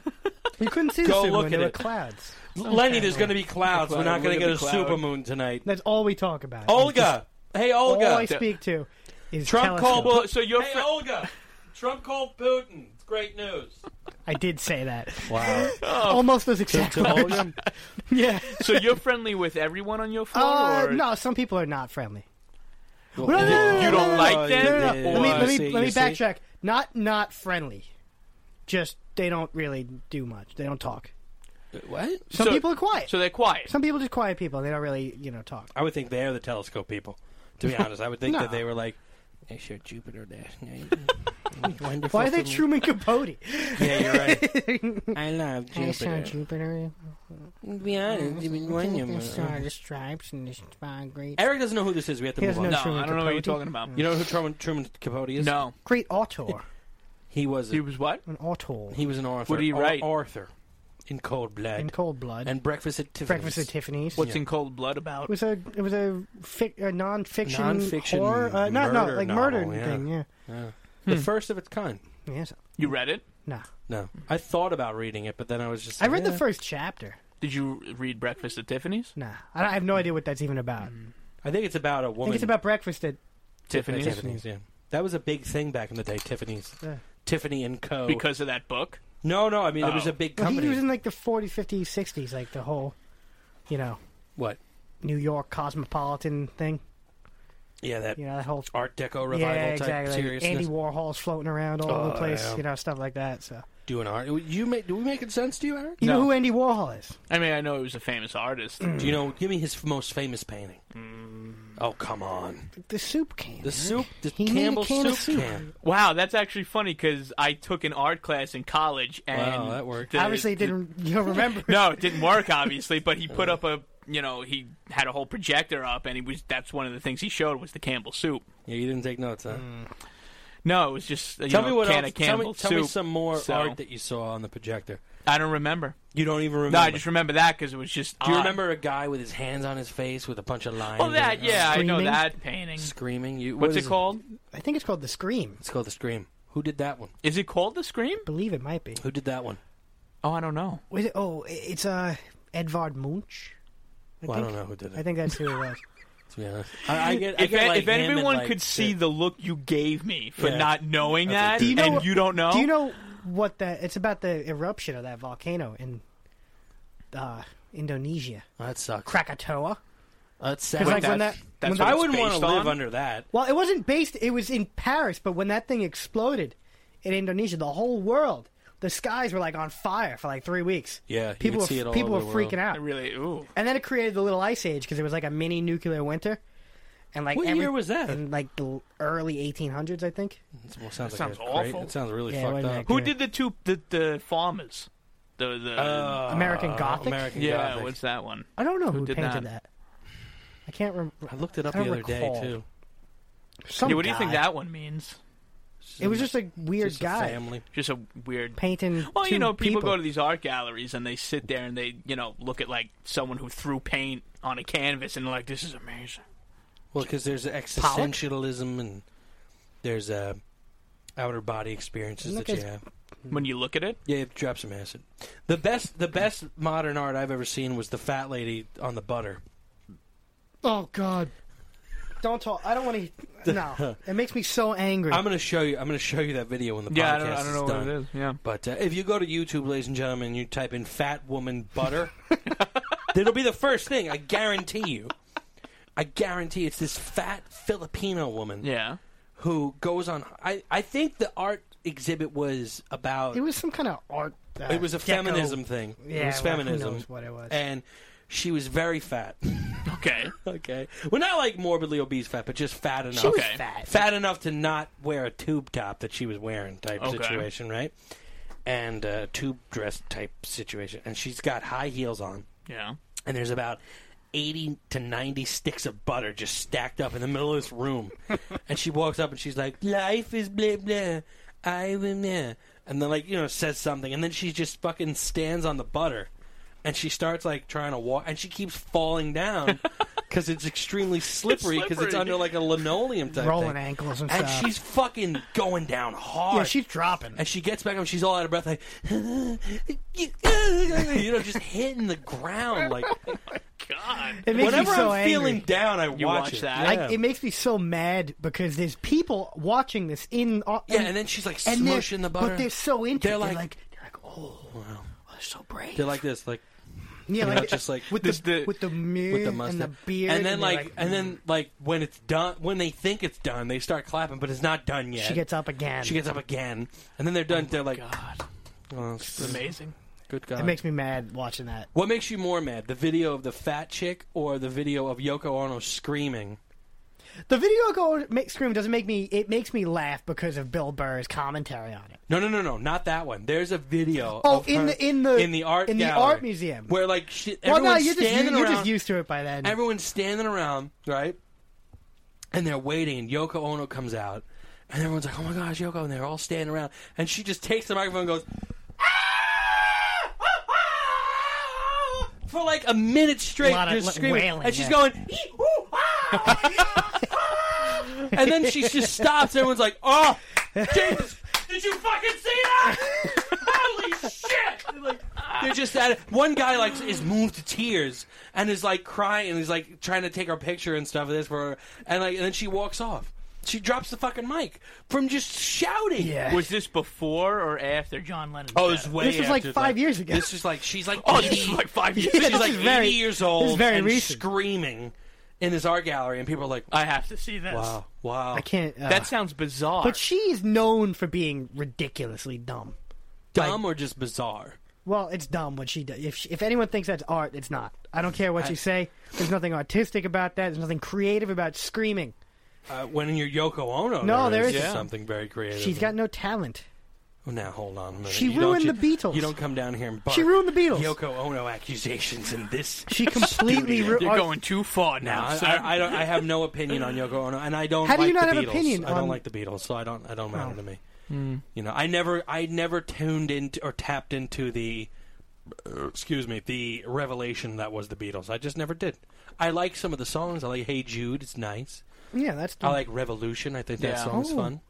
[SPEAKER 2] You couldn't see the
[SPEAKER 1] Go
[SPEAKER 2] super
[SPEAKER 1] look
[SPEAKER 2] moon.
[SPEAKER 1] at
[SPEAKER 2] There were
[SPEAKER 1] it.
[SPEAKER 2] clouds.
[SPEAKER 1] Lenny, there's going to be clouds. We're
[SPEAKER 3] Cloud,
[SPEAKER 1] not
[SPEAKER 3] look
[SPEAKER 1] going to
[SPEAKER 3] at
[SPEAKER 1] get
[SPEAKER 3] the
[SPEAKER 1] a
[SPEAKER 3] cloud.
[SPEAKER 1] super moon tonight.
[SPEAKER 2] That's all we talk about. It's just-
[SPEAKER 1] Olga, hey Olga.
[SPEAKER 2] all Oh, I speak to is
[SPEAKER 1] Trump
[SPEAKER 2] telescope.
[SPEAKER 1] called. Bu-
[SPEAKER 3] Oh, So your
[SPEAKER 1] hey
[SPEAKER 3] fri-
[SPEAKER 1] Olga. Trump called Putin. It's great news.
[SPEAKER 2] I did say that.
[SPEAKER 1] Wow.
[SPEAKER 2] Almost those exact
[SPEAKER 1] to
[SPEAKER 2] words.
[SPEAKER 1] Olga.
[SPEAKER 2] Yeah.
[SPEAKER 3] so you're friendly with everyone on your floor.
[SPEAKER 2] Uh,
[SPEAKER 3] or-
[SPEAKER 2] no, some people are not friendly.
[SPEAKER 1] You
[SPEAKER 2] no, no,
[SPEAKER 3] You don't like them?
[SPEAKER 2] No, no, no. let me
[SPEAKER 3] Yeah, yeah,
[SPEAKER 2] let
[SPEAKER 3] yeah.
[SPEAKER 2] me
[SPEAKER 1] See,
[SPEAKER 2] let me
[SPEAKER 1] you see?
[SPEAKER 2] backtrack. Not not friendly. Just they don't really do much. They don't talk.
[SPEAKER 1] What?
[SPEAKER 2] Some
[SPEAKER 3] So-
[SPEAKER 2] people are quiet.
[SPEAKER 3] So they're quiet.
[SPEAKER 2] some people just quiet people. They don't really you know talk.
[SPEAKER 1] I would think they're the telescope people. To be honest, I would think
[SPEAKER 2] No.
[SPEAKER 1] that they were like, "They showed Jupiter there. Wonderful.
[SPEAKER 2] Why are they
[SPEAKER 1] for me."
[SPEAKER 2] Truman Capote?
[SPEAKER 1] Yeah, you're right. I love Jupiter.
[SPEAKER 2] Jupiter.
[SPEAKER 1] To be honest, it was wonderful.
[SPEAKER 2] the stripes and the great.
[SPEAKER 1] Eric doesn't know who this is. We have to
[SPEAKER 2] He
[SPEAKER 1] move
[SPEAKER 2] doesn't
[SPEAKER 1] on.
[SPEAKER 2] know.
[SPEAKER 3] No,
[SPEAKER 2] Truman
[SPEAKER 3] I don't know what you're
[SPEAKER 2] Capote?
[SPEAKER 3] talking about.
[SPEAKER 1] You know who Truman, Truman Capote is?
[SPEAKER 3] No,
[SPEAKER 2] Great auteur.
[SPEAKER 1] he was.
[SPEAKER 3] he
[SPEAKER 1] A,
[SPEAKER 3] was what?
[SPEAKER 2] An auteur
[SPEAKER 1] he was an author.
[SPEAKER 3] What did he
[SPEAKER 1] Ar-
[SPEAKER 3] write?
[SPEAKER 1] Arthur, in Cold Blood
[SPEAKER 2] in Cold Blood.
[SPEAKER 1] and Breakfast at Tiffany's.
[SPEAKER 2] Mm. Breakfast at Tiffany's.
[SPEAKER 3] What's in cold blood about?
[SPEAKER 2] It was a it was a, fic, a non-fiction,
[SPEAKER 1] Non-fiction
[SPEAKER 2] horror, uh, not no,
[SPEAKER 1] murder
[SPEAKER 2] like
[SPEAKER 1] novel,
[SPEAKER 2] murder
[SPEAKER 1] yeah.
[SPEAKER 2] thing. Yeah.
[SPEAKER 1] Yeah.
[SPEAKER 2] Hmm.
[SPEAKER 1] The first of its kind.
[SPEAKER 2] Yes.
[SPEAKER 3] You read it?
[SPEAKER 2] No.
[SPEAKER 1] No, I thought about reading it, but then I was just. eh.
[SPEAKER 2] I read
[SPEAKER 1] yeah.
[SPEAKER 2] the first chapter.
[SPEAKER 3] Did you read Breakfast at Tiffany's?
[SPEAKER 2] Nah. I, don't- I have no idea what that's even about.
[SPEAKER 1] I think it's about a
[SPEAKER 2] I
[SPEAKER 1] woman.
[SPEAKER 2] think it's about breakfast at
[SPEAKER 1] Tiffany's.
[SPEAKER 3] Tiffany's
[SPEAKER 1] Tiffany's, yeah. That was a big thing back in the day. Tiffany's,
[SPEAKER 2] Yeah.
[SPEAKER 1] Tiffany and Co.
[SPEAKER 3] because of that book.
[SPEAKER 1] no, no, I mean it was
[SPEAKER 3] Oh.
[SPEAKER 1] a big
[SPEAKER 2] well,
[SPEAKER 1] company.
[SPEAKER 2] he was in like the 40s, 50s, 60s, like the whole, you know,
[SPEAKER 1] what?
[SPEAKER 2] New York cosmopolitan thing.
[SPEAKER 1] Yeah, that
[SPEAKER 2] You know, that whole
[SPEAKER 1] Art Deco revival
[SPEAKER 2] yeah,
[SPEAKER 1] type
[SPEAKER 2] exactly. like
[SPEAKER 1] seriousness.
[SPEAKER 2] Andy Warhol's floating around all over
[SPEAKER 1] Oh,
[SPEAKER 2] the place,
[SPEAKER 1] yeah.
[SPEAKER 2] you know, stuff like that. So
[SPEAKER 1] Doing art. You make? Do we making sense to you, Eric?
[SPEAKER 2] you
[SPEAKER 3] No.
[SPEAKER 2] know who Andy Warhol is?
[SPEAKER 3] I mean, I know he was a famous artist.
[SPEAKER 1] Do you know? Give me his most famous painting.
[SPEAKER 3] Mm.
[SPEAKER 1] Oh come on!
[SPEAKER 2] The soup can.
[SPEAKER 1] The soup, the
[SPEAKER 2] He made a
[SPEAKER 1] Campbell
[SPEAKER 2] can
[SPEAKER 1] soup,
[SPEAKER 2] of soup.
[SPEAKER 1] can.
[SPEAKER 3] Wow, that's actually funny because I took an art class in college, and
[SPEAKER 1] Wow, that worked.
[SPEAKER 3] the-
[SPEAKER 2] Obviously,
[SPEAKER 3] the-
[SPEAKER 2] didn't you don't remember?
[SPEAKER 3] No, it didn't work, obviously. But he put up a, you know, he had a whole projector up, and he was. That's one of the things he showed was the Campbell soup.
[SPEAKER 1] Yeah, you didn't take notes, huh?
[SPEAKER 3] Mm. No, it was just you
[SPEAKER 1] Tell
[SPEAKER 3] know,
[SPEAKER 1] me what
[SPEAKER 3] can
[SPEAKER 1] else.
[SPEAKER 3] of
[SPEAKER 1] Tell
[SPEAKER 3] Campbell
[SPEAKER 1] me, tell me
[SPEAKER 3] soup.
[SPEAKER 1] some more
[SPEAKER 3] So-
[SPEAKER 1] art that you saw on the projector.
[SPEAKER 3] I don't remember.
[SPEAKER 1] You don't even remember.
[SPEAKER 3] No, I just remember that because it was just.
[SPEAKER 1] Do you
[SPEAKER 3] odd.
[SPEAKER 1] remember a guy with his hands on his face with a bunch of lines?
[SPEAKER 3] Uh, Oh, that
[SPEAKER 1] and- uh,
[SPEAKER 3] yeah, I know
[SPEAKER 2] Screaming?
[SPEAKER 3] that painting.
[SPEAKER 1] Screaming. You. what
[SPEAKER 3] What's it
[SPEAKER 1] is
[SPEAKER 3] called?
[SPEAKER 2] I think it's called The Scream.
[SPEAKER 1] It's called the Scream. Who did that one?
[SPEAKER 3] Is it called the Scream?
[SPEAKER 2] I believe it might be.
[SPEAKER 1] Who did that one?
[SPEAKER 3] Oh, I don't know.
[SPEAKER 2] Was it? Oh, it's uh, Edvard Munch. I,
[SPEAKER 1] Well, I
[SPEAKER 2] think.
[SPEAKER 1] don't know who did it.
[SPEAKER 2] I think that's who it was.
[SPEAKER 1] To be honest, I, I get. I
[SPEAKER 3] If,
[SPEAKER 1] get, like,
[SPEAKER 3] if
[SPEAKER 1] him
[SPEAKER 3] anyone
[SPEAKER 1] and, like,
[SPEAKER 3] could see
[SPEAKER 1] shit.
[SPEAKER 3] the look you gave me for
[SPEAKER 1] Yeah.
[SPEAKER 3] not knowing
[SPEAKER 1] That's
[SPEAKER 3] that,
[SPEAKER 1] a good-
[SPEAKER 3] and you don't know,
[SPEAKER 2] Do you know what that? It's about the eruption of that volcano in uh, Indonesia,
[SPEAKER 1] that sucks.
[SPEAKER 2] Krakatoa.
[SPEAKER 1] That's sad.
[SPEAKER 2] Because like when that,
[SPEAKER 3] that's-
[SPEAKER 2] when
[SPEAKER 3] that's what
[SPEAKER 2] that-
[SPEAKER 1] I
[SPEAKER 3] it's
[SPEAKER 1] wouldn't want to
[SPEAKER 3] based
[SPEAKER 1] live
[SPEAKER 3] on?
[SPEAKER 1] under that.
[SPEAKER 2] well, it wasn't based. It was in Paris, but when that thing exploded in Indonesia, the whole world, the skies were like on fire for like three weeks.
[SPEAKER 1] Yeah, you
[SPEAKER 2] people
[SPEAKER 1] could
[SPEAKER 2] were,
[SPEAKER 1] see it all
[SPEAKER 2] people
[SPEAKER 1] over
[SPEAKER 2] were
[SPEAKER 1] the world.
[SPEAKER 2] freaking out,
[SPEAKER 3] I really, ooh,
[SPEAKER 2] and then it created the little ice age because it was like a mini nuclear winter. And like
[SPEAKER 1] What
[SPEAKER 2] every,
[SPEAKER 1] year was that?
[SPEAKER 2] In like the early 1800s, I think.
[SPEAKER 1] It's- well, sounds
[SPEAKER 3] That
[SPEAKER 1] like
[SPEAKER 3] sounds
[SPEAKER 1] a great-
[SPEAKER 3] awful.
[SPEAKER 1] It sounds really
[SPEAKER 2] Yeah,
[SPEAKER 1] fucked
[SPEAKER 2] wait a
[SPEAKER 1] up.
[SPEAKER 2] minute.
[SPEAKER 3] who
[SPEAKER 2] Yeah.
[SPEAKER 3] did the two the the farmers, the the
[SPEAKER 1] Uh,
[SPEAKER 2] American Gothic?
[SPEAKER 1] American
[SPEAKER 3] yeah,
[SPEAKER 1] Gothic.
[SPEAKER 3] what's that one?
[SPEAKER 2] I don't know who,
[SPEAKER 3] did
[SPEAKER 2] painted that?
[SPEAKER 3] that?
[SPEAKER 2] I can't remember.
[SPEAKER 1] I looked it up
[SPEAKER 2] I
[SPEAKER 1] the
[SPEAKER 2] don't
[SPEAKER 1] other day
[SPEAKER 2] recall.
[SPEAKER 1] too.
[SPEAKER 2] Some
[SPEAKER 3] yeah, what do you think
[SPEAKER 2] guy.
[SPEAKER 3] that one means?
[SPEAKER 2] It was just a weird
[SPEAKER 1] Just a
[SPEAKER 2] guy
[SPEAKER 1] family.
[SPEAKER 3] Just a weird.
[SPEAKER 2] painting.
[SPEAKER 3] Well,
[SPEAKER 2] two
[SPEAKER 3] you know, people,
[SPEAKER 2] people
[SPEAKER 3] go to these art galleries and they sit there and they, you know, look at like someone who threw paint on a canvas and they're like, this is amazing.
[SPEAKER 1] Well, because there's existentialism and there's uh, outer body experiences
[SPEAKER 2] Look,
[SPEAKER 1] that you
[SPEAKER 2] it's-
[SPEAKER 1] have.
[SPEAKER 3] When you look at it,
[SPEAKER 1] Yeah, drop some acid. The best, the best modern art I've ever seen was the fat lady on the butter.
[SPEAKER 2] Oh God! Don't talk. I don't want to. No, it makes me so angry.
[SPEAKER 1] I'm going to show you. I'm going to show you that video when the podcast
[SPEAKER 3] yeah, I don't, I don't know
[SPEAKER 1] is done.
[SPEAKER 3] what it is. Yeah,
[SPEAKER 1] But uh, if you go to YouTube, ladies and gentlemen, you type in "fat woman butter," it'll be the first thing. I guarantee you. I guarantee it's this fat Filipino woman
[SPEAKER 3] yeah.
[SPEAKER 1] who goes on. I, I think the art exhibit was about
[SPEAKER 2] it was some kind of art. Uh,
[SPEAKER 1] It was a
[SPEAKER 2] deco-
[SPEAKER 1] feminism thing.
[SPEAKER 2] Yeah,
[SPEAKER 1] it was
[SPEAKER 2] well, who
[SPEAKER 1] feminism.
[SPEAKER 2] knows what it was.
[SPEAKER 1] And she was very fat.
[SPEAKER 3] Okay.
[SPEAKER 1] okay. Well, not like morbidly obese fat, but just fat enough.
[SPEAKER 2] She was
[SPEAKER 3] Okay.
[SPEAKER 2] fat.
[SPEAKER 1] Fat enough to not wear a tube top that she was wearing type
[SPEAKER 3] Okay.
[SPEAKER 1] situation, right? And uh, tube dress type situation. And she's got high heels on.
[SPEAKER 3] Yeah.
[SPEAKER 1] And there's about 80 to 90 sticks of butter just stacked up in the middle of this room. and she walks up and she's like, Life is blah, blah. I will blah. And then, like, you know, says something. And then she just fucking stands on the butter. And she starts, like, trying to walk. And she keeps falling down because it's extremely slippery because it's
[SPEAKER 3] slippery.
[SPEAKER 1] under, like, a linoleum type
[SPEAKER 2] rolling
[SPEAKER 1] thing.
[SPEAKER 2] ankles and,
[SPEAKER 1] And
[SPEAKER 2] stuff.
[SPEAKER 1] she's fucking going down hard.
[SPEAKER 2] yeah, she's dropping.
[SPEAKER 1] And she gets back up. She's all out of breath, like you know, just hitting the ground. Like
[SPEAKER 3] God.
[SPEAKER 2] It makes
[SPEAKER 1] whenever
[SPEAKER 2] me so
[SPEAKER 1] I'm
[SPEAKER 2] angry.
[SPEAKER 1] feeling down, I watch,
[SPEAKER 3] watch
[SPEAKER 1] it.
[SPEAKER 3] that?
[SPEAKER 2] I,
[SPEAKER 1] Yeah.
[SPEAKER 2] It makes me so mad because there's people watching this in. Uh,
[SPEAKER 1] yeah, and then she's like
[SPEAKER 2] and they're-
[SPEAKER 1] smushing the butter.
[SPEAKER 2] But they're so into.
[SPEAKER 1] They're
[SPEAKER 2] it. They're
[SPEAKER 1] like-
[SPEAKER 2] like, they're like, oh, they're so brave.
[SPEAKER 1] They're like this, like
[SPEAKER 2] yeah,
[SPEAKER 1] you
[SPEAKER 2] like,
[SPEAKER 1] know, just like
[SPEAKER 2] with
[SPEAKER 3] This-
[SPEAKER 2] the,
[SPEAKER 3] the-
[SPEAKER 2] with the mirror
[SPEAKER 1] with the
[SPEAKER 2] and
[SPEAKER 1] mustache
[SPEAKER 2] the beard,
[SPEAKER 1] and then
[SPEAKER 2] they're "Mm."
[SPEAKER 1] like, and then like when it's done, when they think it's done, they start clapping, but it's not done yet.
[SPEAKER 2] she gets up again.
[SPEAKER 1] She gets up again, and then they're done. they're like,
[SPEAKER 3] God.
[SPEAKER 1] oh, it's
[SPEAKER 3] It's amazing.
[SPEAKER 1] good God.
[SPEAKER 2] It makes me mad watching that.
[SPEAKER 1] what makes you more mad, the video of the fat chick or the video of Yoko Ono screaming?
[SPEAKER 2] The video go make scream doesn't make me. It makes me laugh because of Bill Burr's commentary on it.
[SPEAKER 1] No, no, no, no, not that one. There's a video.
[SPEAKER 2] Oh,
[SPEAKER 1] of
[SPEAKER 2] in
[SPEAKER 1] her
[SPEAKER 2] the- in the-
[SPEAKER 1] in the art
[SPEAKER 2] in the
[SPEAKER 1] gallery
[SPEAKER 2] art museum.
[SPEAKER 1] where like she,
[SPEAKER 2] Well, no,
[SPEAKER 1] everyone's
[SPEAKER 2] you're just
[SPEAKER 1] standing
[SPEAKER 2] you're
[SPEAKER 1] around.
[SPEAKER 2] just used to it by then.
[SPEAKER 1] everyone's standing around, right? And they're waiting, and Yoko Ono comes out, and everyone's like, "Oh my gosh, Yoko!" And they're all standing around, and she just takes the microphone and goes. "Ah!" For like a minute straight,
[SPEAKER 2] Lot of
[SPEAKER 1] just
[SPEAKER 2] li-
[SPEAKER 1] screaming,
[SPEAKER 2] wailing,
[SPEAKER 1] and she's
[SPEAKER 2] yeah.
[SPEAKER 1] going, "Ee, ooh, ah, ah." and then she just stops. Everyone's like, "Oh, Jesus, did you fucking see that? Holy shit!" They're, like, they're just at it. One guy like is moved to tears and is like crying and he's like trying to take her picture and stuff of this for her, and like and then she walks off. She drops the fucking mic from just shouting.
[SPEAKER 2] yeah,
[SPEAKER 3] Was this before or after John Lennon?
[SPEAKER 1] Oh, it's way.
[SPEAKER 2] This was, like,
[SPEAKER 1] after,
[SPEAKER 2] five years ago.
[SPEAKER 1] This is like she's like
[SPEAKER 3] oh,
[SPEAKER 1] 80,
[SPEAKER 3] this is like five years.
[SPEAKER 2] Yeah.
[SPEAKER 1] she's
[SPEAKER 2] this
[SPEAKER 1] like
[SPEAKER 2] is
[SPEAKER 1] eighty
[SPEAKER 2] very-
[SPEAKER 1] years
[SPEAKER 2] this
[SPEAKER 1] old
[SPEAKER 2] is very
[SPEAKER 1] and
[SPEAKER 2] recent.
[SPEAKER 1] screaming in his art gallery, and people are like,
[SPEAKER 3] I have to see this.
[SPEAKER 1] "Wow, wow."
[SPEAKER 2] I can't. Uh,
[SPEAKER 3] That sounds bizarre.
[SPEAKER 2] but she is known for being ridiculously dumb.
[SPEAKER 1] dumb or just bizarre.
[SPEAKER 2] Well, it's dumb what she does. If she, if anyone thinks that's art, it's not. I don't care what you say. There's nothing artistic about that. There's nothing creative about screaming.
[SPEAKER 1] Uh, when you're Yoko Ono,
[SPEAKER 2] No, there
[SPEAKER 1] is
[SPEAKER 2] is-
[SPEAKER 1] something very creative.
[SPEAKER 2] She's got no talent.
[SPEAKER 1] Oh, now hold on a minute.
[SPEAKER 2] She
[SPEAKER 1] You don't
[SPEAKER 2] ruined
[SPEAKER 1] ju-
[SPEAKER 2] the Beatles.
[SPEAKER 1] You don't come down here and bark
[SPEAKER 2] She ruined the Beatles.
[SPEAKER 1] Yoko Ono accusations in this.
[SPEAKER 2] She completely. ru-
[SPEAKER 3] You're
[SPEAKER 2] art-
[SPEAKER 3] going too far
[SPEAKER 1] No,
[SPEAKER 3] now.
[SPEAKER 1] I,
[SPEAKER 3] son.
[SPEAKER 1] I, I don't. I have no opinion on Yoko Ono, and I don't.
[SPEAKER 2] How do
[SPEAKER 1] like
[SPEAKER 2] you not
[SPEAKER 1] the
[SPEAKER 2] have
[SPEAKER 1] Beatles.
[SPEAKER 2] opinion
[SPEAKER 1] I don't
[SPEAKER 2] on- Oh. Hmm.
[SPEAKER 1] like the Beatles, so I don't. I don't matter to me. You know, I never. I never tuned into or tapped into the. uh, Excuse me, the revelation that was the Beatles. I just never did. I like some of the songs. I like Hey Jude. It's nice.
[SPEAKER 2] yeah, that's.
[SPEAKER 1] I
[SPEAKER 2] Dumb.
[SPEAKER 1] like Revolution. I think that
[SPEAKER 3] Yeah.
[SPEAKER 1] song's
[SPEAKER 2] Oh.
[SPEAKER 1] fun.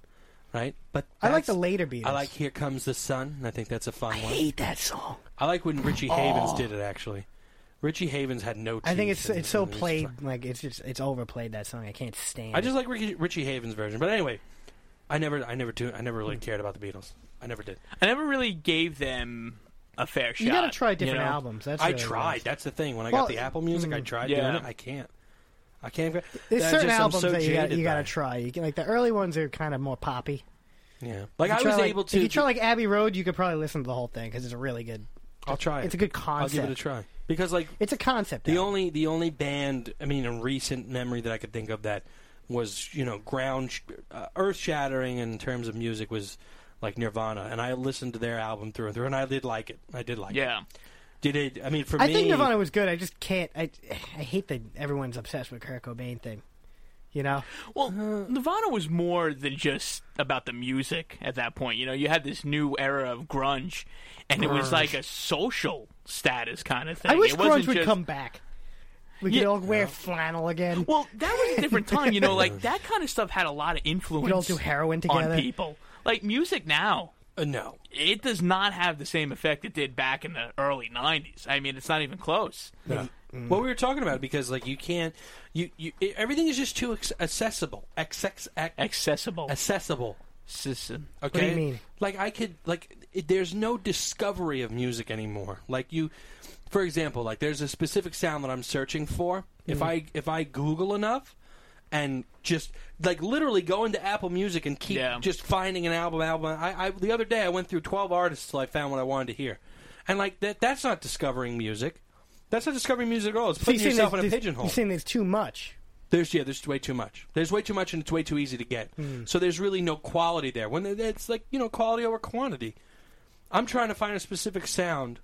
[SPEAKER 1] Right, but
[SPEAKER 2] I like
[SPEAKER 1] that's-
[SPEAKER 2] the later Beatles.
[SPEAKER 1] I like Here Comes the Sun. and I think that's a fun
[SPEAKER 2] I
[SPEAKER 1] one.
[SPEAKER 2] hate that song.
[SPEAKER 1] I like when Richie Havens did it actually. Richie Havens had no.
[SPEAKER 2] I
[SPEAKER 1] teeth
[SPEAKER 2] think it's
[SPEAKER 1] in-
[SPEAKER 2] it's so
[SPEAKER 1] in his
[SPEAKER 2] played
[SPEAKER 1] fucking-
[SPEAKER 2] like it's just it's overplayed that song. I can't stand.
[SPEAKER 1] I
[SPEAKER 2] it.
[SPEAKER 1] just like Ricky, Richie Havens' version. But anyway, I never, I never, tuned, I never really cared about the Beatles. I never did.
[SPEAKER 3] I never really gave them a fair shot.
[SPEAKER 2] you gotta try different
[SPEAKER 3] you know?
[SPEAKER 2] albums. That's
[SPEAKER 1] I
[SPEAKER 2] really what
[SPEAKER 1] tried.
[SPEAKER 2] it is.
[SPEAKER 1] That's the thing. When I
[SPEAKER 2] Well, mm,
[SPEAKER 1] got the Apple Music, I tried
[SPEAKER 3] yeah.
[SPEAKER 1] doing it. I can't. I can't.
[SPEAKER 2] There's
[SPEAKER 1] That's
[SPEAKER 2] certain
[SPEAKER 1] just- I'm
[SPEAKER 2] albums
[SPEAKER 1] so
[SPEAKER 2] that you gotta,
[SPEAKER 1] jaded
[SPEAKER 2] you
[SPEAKER 1] by
[SPEAKER 2] gotta
[SPEAKER 1] it.
[SPEAKER 2] try. You can, like the early ones are kind of more poppy.
[SPEAKER 1] Yeah. Like
[SPEAKER 2] If
[SPEAKER 1] I
[SPEAKER 2] you try,
[SPEAKER 1] was
[SPEAKER 2] like-
[SPEAKER 1] able to.
[SPEAKER 2] If you try like Abbey Road, you could probably listen to the whole thing because it's a really good.
[SPEAKER 1] I'll try.
[SPEAKER 2] It's
[SPEAKER 1] It.
[SPEAKER 2] a good
[SPEAKER 1] I'll
[SPEAKER 2] concept.
[SPEAKER 1] give it a try. Because like
[SPEAKER 2] It's a concept.
[SPEAKER 1] The
[SPEAKER 2] album.
[SPEAKER 1] only the only band I mean in recent memory that I could think of that was you know ground sh- uh, earth shattering in terms of music was like Nirvana, and I listened to their album through and through, and I did like it. I did like it.
[SPEAKER 3] Yeah.
[SPEAKER 1] Did it? I mean, for
[SPEAKER 2] I
[SPEAKER 1] me,
[SPEAKER 2] think Nirvana was good. I just can't. I I hate that everyone's obsessed with Kurt Cobain thing. You know,
[SPEAKER 3] Well, Nirvana was more than just about the music at that point. You know, you had this new era of grunge, and it was
[SPEAKER 1] Grunge.
[SPEAKER 3] like a social status kind of thing.
[SPEAKER 2] I wish
[SPEAKER 3] it wasn't
[SPEAKER 2] grunge would
[SPEAKER 3] just-
[SPEAKER 2] come back. We could
[SPEAKER 3] Yeah.
[SPEAKER 2] all wear flannel again.
[SPEAKER 3] Well, that was a different time. You know, like that kind of stuff had a lot of influence.
[SPEAKER 2] We'd all do heroin together.
[SPEAKER 3] on people. Like music now,
[SPEAKER 1] Uh, no.
[SPEAKER 3] it does not have the same effect it did back in the early '90s. I mean, it's not even close.
[SPEAKER 1] no. Mm. Well, we were talking about it because like you can't you, you it, everything is just too ex- accessible. Access, ac-
[SPEAKER 3] Accessible.
[SPEAKER 1] accessible.
[SPEAKER 3] System.
[SPEAKER 1] Okay.
[SPEAKER 2] you mean?
[SPEAKER 1] Like I could like it, there's no discovery of music anymore. Like you for example, like there's a specific sound that I'm searching for.
[SPEAKER 2] Mm-hmm.
[SPEAKER 1] If I if I Google enough and just like literally go into Apple Music and keep
[SPEAKER 3] Yeah.
[SPEAKER 1] just finding an album album. I, I the other day I went through 12 artists till I found what I wanted to hear. And like that that's not discovering music. That's not discovering music at all. It's
[SPEAKER 2] So
[SPEAKER 1] putting
[SPEAKER 2] you're saying
[SPEAKER 1] yourself in
[SPEAKER 2] there's-
[SPEAKER 1] a
[SPEAKER 2] there's-
[SPEAKER 1] pigeonhole.
[SPEAKER 2] You're saying there's too much.
[SPEAKER 1] There's yeah, there's way too much. There's way too much, and it's way too easy to get. So there's really no quality there. When it- it's like you know, quality over quantity. I'm trying to find a specific sound,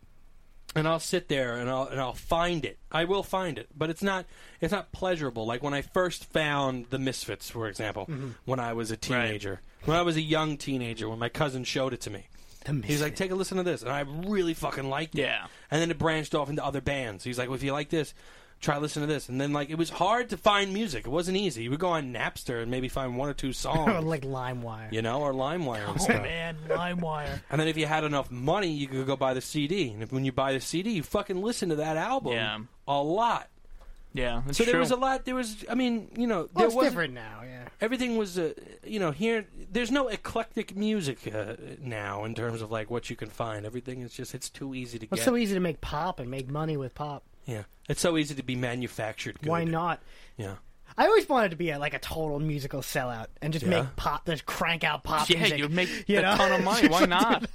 [SPEAKER 1] and I'll sit there and I'll and I'll find it. I will find it, but it's not it's not pleasurable. Like when I first found the Misfits, for example, when I was a teenager, when I was a young teenager, when my cousin showed it to me.
[SPEAKER 2] The
[SPEAKER 1] He's like,
[SPEAKER 2] Misfits.
[SPEAKER 1] take a listen to this, and I really fucking liked it.
[SPEAKER 3] Yeah.
[SPEAKER 1] And then it branched off into other bands. He's like, well, if you like this, try listening to this. And then like it was hard to find music. It wasn't easy. You would go on Napster and maybe find one or two
[SPEAKER 2] or
[SPEAKER 1] songs,
[SPEAKER 2] like LimeWire.
[SPEAKER 1] you know, or LimeWire and
[SPEAKER 3] Oh
[SPEAKER 1] stuff.
[SPEAKER 3] man, LimeWire.
[SPEAKER 1] And then if you had enough money, you could go buy the CD. And if, when you buy the CD, you fucking listen to that album
[SPEAKER 3] Yeah.
[SPEAKER 1] a lot.
[SPEAKER 3] Yeah, that's
[SPEAKER 1] So there
[SPEAKER 3] true.
[SPEAKER 1] was a lot. There was, I mean, you know,
[SPEAKER 2] Well,
[SPEAKER 1] there
[SPEAKER 2] Oh, it's
[SPEAKER 1] was
[SPEAKER 2] different now. Yeah.
[SPEAKER 1] everything was, uh, you know, here. There's no eclectic music uh, now in terms of like what you can find. Everything is just it's too easy to
[SPEAKER 2] Well,
[SPEAKER 1] get.
[SPEAKER 2] It's so easy to make pop and make money with pop.
[SPEAKER 1] Yeah, it's so easy to be manufactured. Good.
[SPEAKER 2] Why not?
[SPEAKER 1] Yeah,
[SPEAKER 2] I always wanted to be a, like a total musical sellout and just
[SPEAKER 1] Yeah.
[SPEAKER 2] make pop, just crank out pop
[SPEAKER 3] yeah,
[SPEAKER 2] music.
[SPEAKER 3] you'd make
[SPEAKER 2] you
[SPEAKER 3] a
[SPEAKER 2] know?
[SPEAKER 3] ton of money. Why not?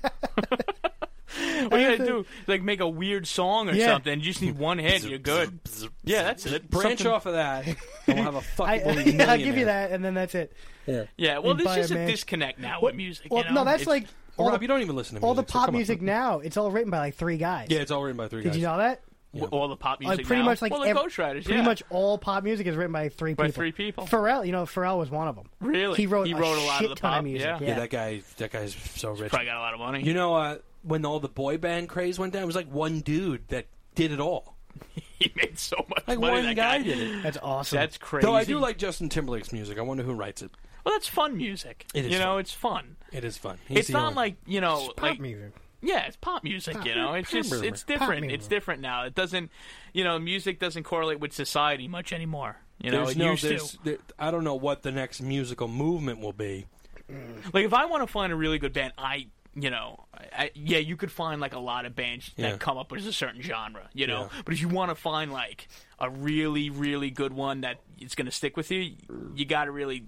[SPEAKER 3] what do you
[SPEAKER 2] have
[SPEAKER 3] gotta do? Like make a weird song or
[SPEAKER 2] Yeah.
[SPEAKER 3] something. You just need one hit. You're good. Yeah, that's it.
[SPEAKER 1] branch
[SPEAKER 3] Something-
[SPEAKER 1] off of that, and we'll have a
[SPEAKER 2] I,
[SPEAKER 1] fucking
[SPEAKER 2] yeah, I'll give you that, and then that's it.
[SPEAKER 3] Yeah. Well,
[SPEAKER 2] and
[SPEAKER 3] there's
[SPEAKER 2] buy
[SPEAKER 3] just
[SPEAKER 2] a
[SPEAKER 3] a
[SPEAKER 2] man-
[SPEAKER 3] disconnect now
[SPEAKER 2] Well,
[SPEAKER 3] with music.
[SPEAKER 2] well,
[SPEAKER 3] you know?
[SPEAKER 2] no, that's
[SPEAKER 3] It's-
[SPEAKER 2] like all,
[SPEAKER 1] Rob,
[SPEAKER 2] the,
[SPEAKER 1] you don't even listen to music,
[SPEAKER 2] all the
[SPEAKER 1] so
[SPEAKER 2] pop
[SPEAKER 1] come on.
[SPEAKER 2] music now. It's all written by like three guys.
[SPEAKER 1] Yeah, it's all written by three
[SPEAKER 2] Did
[SPEAKER 1] guys.
[SPEAKER 2] you know that?
[SPEAKER 3] w- all the pop music.
[SPEAKER 2] Like pretty
[SPEAKER 3] now.
[SPEAKER 2] much like
[SPEAKER 3] well, the
[SPEAKER 2] ev-
[SPEAKER 3] Ghostwriters.
[SPEAKER 2] Pretty
[SPEAKER 3] yeah.
[SPEAKER 2] much all pop music is written by three
[SPEAKER 3] By
[SPEAKER 2] people.
[SPEAKER 3] three people.
[SPEAKER 2] Pharrell, you know, Pharrell was one of them.
[SPEAKER 3] Really?
[SPEAKER 2] He wrote,
[SPEAKER 3] He wrote a lot of
[SPEAKER 2] shit
[SPEAKER 3] the
[SPEAKER 2] ton
[SPEAKER 3] pop,
[SPEAKER 2] music.
[SPEAKER 3] yeah.
[SPEAKER 1] Yeah, that guy. That guy's so rich.
[SPEAKER 3] probably got a lot of money.
[SPEAKER 1] You know, uh, when all the boy band craze went down, it was like one dude that did it all.
[SPEAKER 3] he made so much
[SPEAKER 1] Like
[SPEAKER 3] money.
[SPEAKER 1] one
[SPEAKER 3] that
[SPEAKER 1] guy did it.
[SPEAKER 2] That's awesome.
[SPEAKER 3] That's crazy.
[SPEAKER 1] Though I do like Justin Timberlake's music. I wonder who writes it.
[SPEAKER 3] Well, that's fun music.
[SPEAKER 1] It is
[SPEAKER 3] You know,
[SPEAKER 1] fun.
[SPEAKER 3] it's fun.
[SPEAKER 1] It is fun. He's
[SPEAKER 3] It's
[SPEAKER 1] the
[SPEAKER 3] not
[SPEAKER 1] only-
[SPEAKER 3] like you know,
[SPEAKER 2] pop
[SPEAKER 3] like
[SPEAKER 2] music.
[SPEAKER 3] Yeah, it's pop music, you know. It's just
[SPEAKER 1] music.
[SPEAKER 3] it's different.
[SPEAKER 2] music.
[SPEAKER 3] It's different now. It doesn't, you know, music doesn't correlate with society much anymore. You know,
[SPEAKER 1] There's
[SPEAKER 3] it
[SPEAKER 1] no,
[SPEAKER 3] used
[SPEAKER 1] there's,
[SPEAKER 3] to.
[SPEAKER 1] there- I don't know what the next musical movement will be.
[SPEAKER 3] Like if I want to find a really good band, I you know, I, I, yeah, you could find like a lot of bands
[SPEAKER 1] Yeah.
[SPEAKER 3] that come up with a certain genre, you know.
[SPEAKER 1] Yeah.
[SPEAKER 3] But if you want to find like a really, really good one that it's going to stick with you, you got to really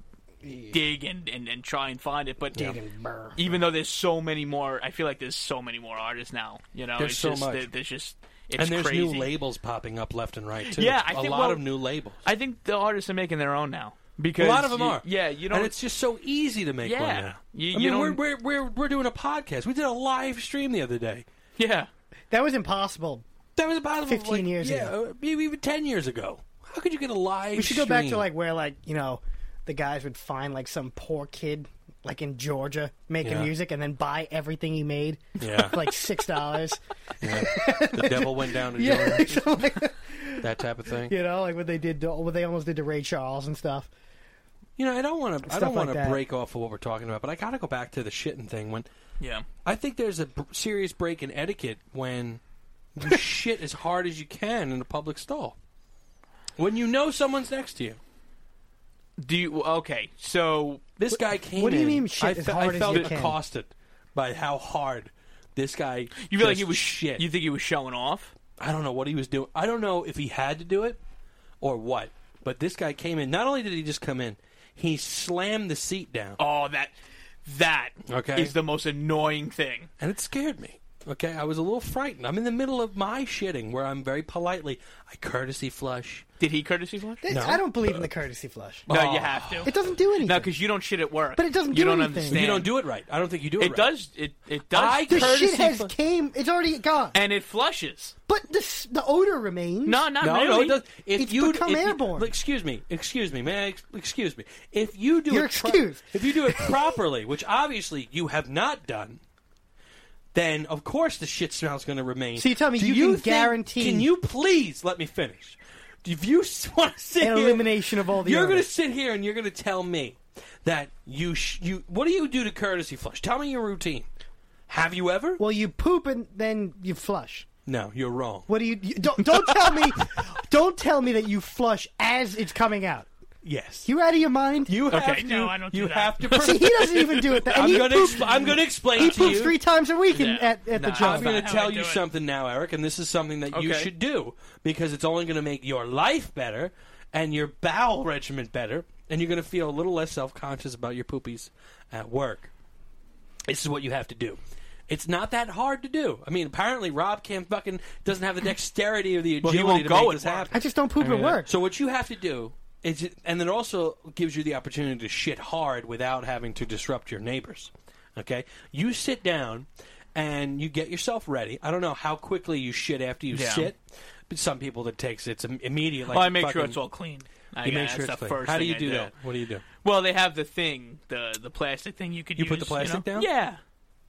[SPEAKER 3] dig and, and and try and find it. But
[SPEAKER 2] Brr.
[SPEAKER 3] even though there's so many more, I feel like there's so many more artists now. You know,
[SPEAKER 1] There's
[SPEAKER 3] it's
[SPEAKER 1] so
[SPEAKER 3] just,
[SPEAKER 1] much.
[SPEAKER 3] there- There's just it's
[SPEAKER 1] And there's
[SPEAKER 3] crazy.
[SPEAKER 1] new labels popping up left and right too.
[SPEAKER 3] Yeah, I
[SPEAKER 1] a
[SPEAKER 3] think-
[SPEAKER 1] lot
[SPEAKER 3] well,
[SPEAKER 1] of new labels.
[SPEAKER 3] I think the artists are making their own now because
[SPEAKER 1] a lot of them
[SPEAKER 3] you-
[SPEAKER 1] are.
[SPEAKER 3] Yeah, you don't.
[SPEAKER 1] And it's just so easy to make
[SPEAKER 3] Yeah.
[SPEAKER 1] one now.
[SPEAKER 3] You-
[SPEAKER 1] I
[SPEAKER 3] you
[SPEAKER 1] mean, we're,
[SPEAKER 3] don't-
[SPEAKER 1] we're, we're, we're doing a podcast. We did a live stream the other day.
[SPEAKER 3] yeah,
[SPEAKER 2] That was impossible.
[SPEAKER 1] That was about
[SPEAKER 2] 15
[SPEAKER 1] like,
[SPEAKER 2] years
[SPEAKER 1] yeah,
[SPEAKER 2] ago.
[SPEAKER 1] uh, maybe even ten years ago. How could you get a live?
[SPEAKER 2] We should go back to
[SPEAKER 1] stream?
[SPEAKER 2] like where like you know the guys would find like some poor kid like in Georgia making
[SPEAKER 1] Yeah.
[SPEAKER 2] music and then buy everything he made
[SPEAKER 1] yeah,
[SPEAKER 2] for like six dollars.
[SPEAKER 1] the devil went down to
[SPEAKER 2] yeah,
[SPEAKER 1] Georgia,
[SPEAKER 2] so, like,
[SPEAKER 1] that type of thing.
[SPEAKER 2] you know, like what they did, to, what they almost did to Ray Charles and stuff.
[SPEAKER 1] You know, I don't want to. I
[SPEAKER 2] Stuff
[SPEAKER 1] don't
[SPEAKER 2] like
[SPEAKER 1] want to
[SPEAKER 2] that.
[SPEAKER 1] break off of what we're talking about, but I got to go back to the shitting thing when
[SPEAKER 3] yeah.
[SPEAKER 1] I think there's a b- serious break in etiquette when you shit as hard as you can in a public stall. When you know someone's next to you.
[SPEAKER 3] Do you okay? So
[SPEAKER 1] This guy came
[SPEAKER 2] what do you
[SPEAKER 1] in,
[SPEAKER 2] mean, shit
[SPEAKER 1] I
[SPEAKER 2] as
[SPEAKER 1] fe-
[SPEAKER 2] hard
[SPEAKER 1] I
[SPEAKER 2] as
[SPEAKER 1] felt
[SPEAKER 2] you can?
[SPEAKER 1] accosted by how hard this guy
[SPEAKER 3] you feel like
[SPEAKER 1] just
[SPEAKER 3] he was
[SPEAKER 1] shit.
[SPEAKER 3] You think he was showing off?
[SPEAKER 1] I don't know what he was doing. I don't know if he had to do it or what. But this guy came in. Not only did he just come in, he slammed the seat down,
[SPEAKER 3] Oh, that that is
[SPEAKER 1] Okay.
[SPEAKER 3] the most annoying thing.
[SPEAKER 1] and it scared me. Okay, I was a little frightened. I'm in the middle of my shitting, where I'm very politely, I courtesy flush.
[SPEAKER 3] Did he courtesy flush?
[SPEAKER 2] Th-
[SPEAKER 1] No.
[SPEAKER 2] I don't believe in the courtesy flush.
[SPEAKER 3] No,
[SPEAKER 1] Oh.
[SPEAKER 3] you have to.
[SPEAKER 2] It doesn't do anything.
[SPEAKER 3] No, because you don't shit at work.
[SPEAKER 2] But it doesn't do
[SPEAKER 3] you don't
[SPEAKER 2] anything.
[SPEAKER 3] Understand.
[SPEAKER 1] You don't do it right. I don't think you do it.
[SPEAKER 3] It
[SPEAKER 1] right.
[SPEAKER 3] does. It it does.
[SPEAKER 1] I
[SPEAKER 2] the
[SPEAKER 1] courtesy
[SPEAKER 2] shit has
[SPEAKER 1] flush-
[SPEAKER 2] came. It's already gone.
[SPEAKER 3] and it flushes.
[SPEAKER 2] but this, the odor remains.
[SPEAKER 3] No, not
[SPEAKER 1] No,
[SPEAKER 3] really.
[SPEAKER 1] no, it does. If
[SPEAKER 2] It's
[SPEAKER 1] you
[SPEAKER 2] become
[SPEAKER 1] if you-
[SPEAKER 2] airborne.
[SPEAKER 1] look, excuse me, excuse me, man, ex- excuse me. If you do
[SPEAKER 2] You're
[SPEAKER 1] it pro-
[SPEAKER 2] excused.
[SPEAKER 1] if you do it properly, which obviously you have not done, then of course the shit smell's going to remain.
[SPEAKER 2] So you tell me
[SPEAKER 1] Do
[SPEAKER 2] you can
[SPEAKER 1] think-
[SPEAKER 2] guarantee-
[SPEAKER 1] Can you please let me finish? If you want to sit
[SPEAKER 2] An
[SPEAKER 1] here,
[SPEAKER 2] elimination of all the
[SPEAKER 1] you're
[SPEAKER 2] odor.
[SPEAKER 1] going to sit here and you're going to tell me that you sh- you what do you do to courtesy flush? Tell me your routine. Have you ever?
[SPEAKER 2] Well, you poop and then you flush.
[SPEAKER 1] no, you're wrong.
[SPEAKER 2] What do you, you don't, don't tell me? Don't tell me that you flush as it's coming out.
[SPEAKER 1] Yes.
[SPEAKER 2] You out of your mind?
[SPEAKER 1] you have
[SPEAKER 3] Okay,
[SPEAKER 1] to.
[SPEAKER 3] no, I don't do
[SPEAKER 1] you
[SPEAKER 3] that.
[SPEAKER 1] have to.
[SPEAKER 2] See, he doesn't even do it. That, and
[SPEAKER 1] I'm
[SPEAKER 2] he
[SPEAKER 1] gonna,
[SPEAKER 2] poops,
[SPEAKER 1] exp- I'm gonna explain
[SPEAKER 2] he
[SPEAKER 1] to
[SPEAKER 2] poops
[SPEAKER 1] you.
[SPEAKER 2] three times a week in,
[SPEAKER 3] Yeah.
[SPEAKER 2] at, at the
[SPEAKER 3] Nah,
[SPEAKER 2] job.
[SPEAKER 1] I'm going
[SPEAKER 3] That's
[SPEAKER 1] to
[SPEAKER 3] not
[SPEAKER 1] tell
[SPEAKER 3] how I
[SPEAKER 1] you
[SPEAKER 3] do it.
[SPEAKER 1] something now, Eric, and this is something that you
[SPEAKER 3] Okay.
[SPEAKER 1] should do because it's only going to make your life better and your bowel regimen better, and you're going to feel a little less self conscious about your poopies at work. This is what you have to do. It's not that hard to do. I mean, apparently Rob can't fucking doesn't have the dexterity or the
[SPEAKER 3] Well, he
[SPEAKER 1] agility
[SPEAKER 3] won't
[SPEAKER 1] to
[SPEAKER 3] go
[SPEAKER 1] make
[SPEAKER 3] at
[SPEAKER 1] this
[SPEAKER 3] work.
[SPEAKER 1] happen.
[SPEAKER 2] I just don't poop at work.
[SPEAKER 1] So what you have to do is, and it also gives you the opportunity to shit hard without having to disrupt your neighbors. Okay, you sit down and you get yourself ready. I don't know how quickly you shit after you
[SPEAKER 3] Yeah.
[SPEAKER 1] shit, but some people that takes it's im- immediate. Like
[SPEAKER 3] Well, I make sure
[SPEAKER 1] fucking-
[SPEAKER 3] it's all clean. I
[SPEAKER 1] You
[SPEAKER 3] got-
[SPEAKER 1] make sure
[SPEAKER 3] that's
[SPEAKER 1] it's
[SPEAKER 3] the
[SPEAKER 1] clean.
[SPEAKER 3] first
[SPEAKER 1] How do
[SPEAKER 3] thing
[SPEAKER 1] you
[SPEAKER 3] I
[SPEAKER 1] do
[SPEAKER 3] did.
[SPEAKER 1] that? What do you do?
[SPEAKER 3] Well, they have the thing, the the plastic thing you could
[SPEAKER 1] You
[SPEAKER 3] use.
[SPEAKER 1] put the plastic
[SPEAKER 3] know?
[SPEAKER 1] down?
[SPEAKER 3] Yeah,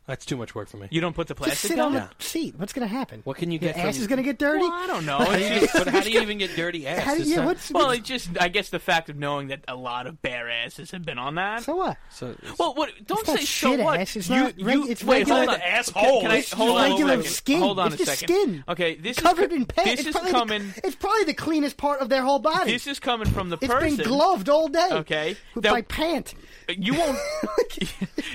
[SPEAKER 1] That's too much work for me.
[SPEAKER 3] you don't put the plastic
[SPEAKER 2] Just sit on
[SPEAKER 3] down.
[SPEAKER 2] the seat. What's going to happen?
[SPEAKER 1] What can you
[SPEAKER 2] Your
[SPEAKER 1] get
[SPEAKER 2] ass
[SPEAKER 1] from-
[SPEAKER 2] is going to get dirty.
[SPEAKER 3] Well, I don't know.
[SPEAKER 1] How do
[SPEAKER 3] It's
[SPEAKER 1] you
[SPEAKER 3] just-
[SPEAKER 1] get- but how do you even get dirty ass?
[SPEAKER 2] How do,
[SPEAKER 1] It's
[SPEAKER 2] yeah,
[SPEAKER 1] not-
[SPEAKER 2] what's
[SPEAKER 3] well, it just I guess the fact of knowing that a lot of bare asses have been on that.
[SPEAKER 2] so what?
[SPEAKER 1] so, it's-
[SPEAKER 3] well, what? Don't
[SPEAKER 2] It's not
[SPEAKER 3] say so
[SPEAKER 2] shit
[SPEAKER 3] what.
[SPEAKER 2] ass, it's
[SPEAKER 3] you,
[SPEAKER 2] not
[SPEAKER 3] you
[SPEAKER 2] reg- it's
[SPEAKER 3] wait,
[SPEAKER 2] regular-
[SPEAKER 3] hold on.
[SPEAKER 1] Asshole.
[SPEAKER 3] Can I,
[SPEAKER 1] It's
[SPEAKER 3] hold
[SPEAKER 1] just
[SPEAKER 3] on a
[SPEAKER 2] regular
[SPEAKER 3] second.
[SPEAKER 2] skin.
[SPEAKER 3] Hold on
[SPEAKER 2] It's
[SPEAKER 3] a
[SPEAKER 2] just
[SPEAKER 3] second.
[SPEAKER 2] skin.
[SPEAKER 3] Okay, this
[SPEAKER 2] Covered
[SPEAKER 3] is,
[SPEAKER 2] in pants.
[SPEAKER 3] This
[SPEAKER 2] it's
[SPEAKER 3] is
[SPEAKER 2] probably
[SPEAKER 3] coming.
[SPEAKER 2] The, it's probably the cleanest part of their whole body.
[SPEAKER 3] This is coming from the
[SPEAKER 2] It's
[SPEAKER 3] person.
[SPEAKER 2] been gloved all day.
[SPEAKER 3] Okay.
[SPEAKER 2] With
[SPEAKER 3] Now-
[SPEAKER 2] my pant.
[SPEAKER 3] You won't,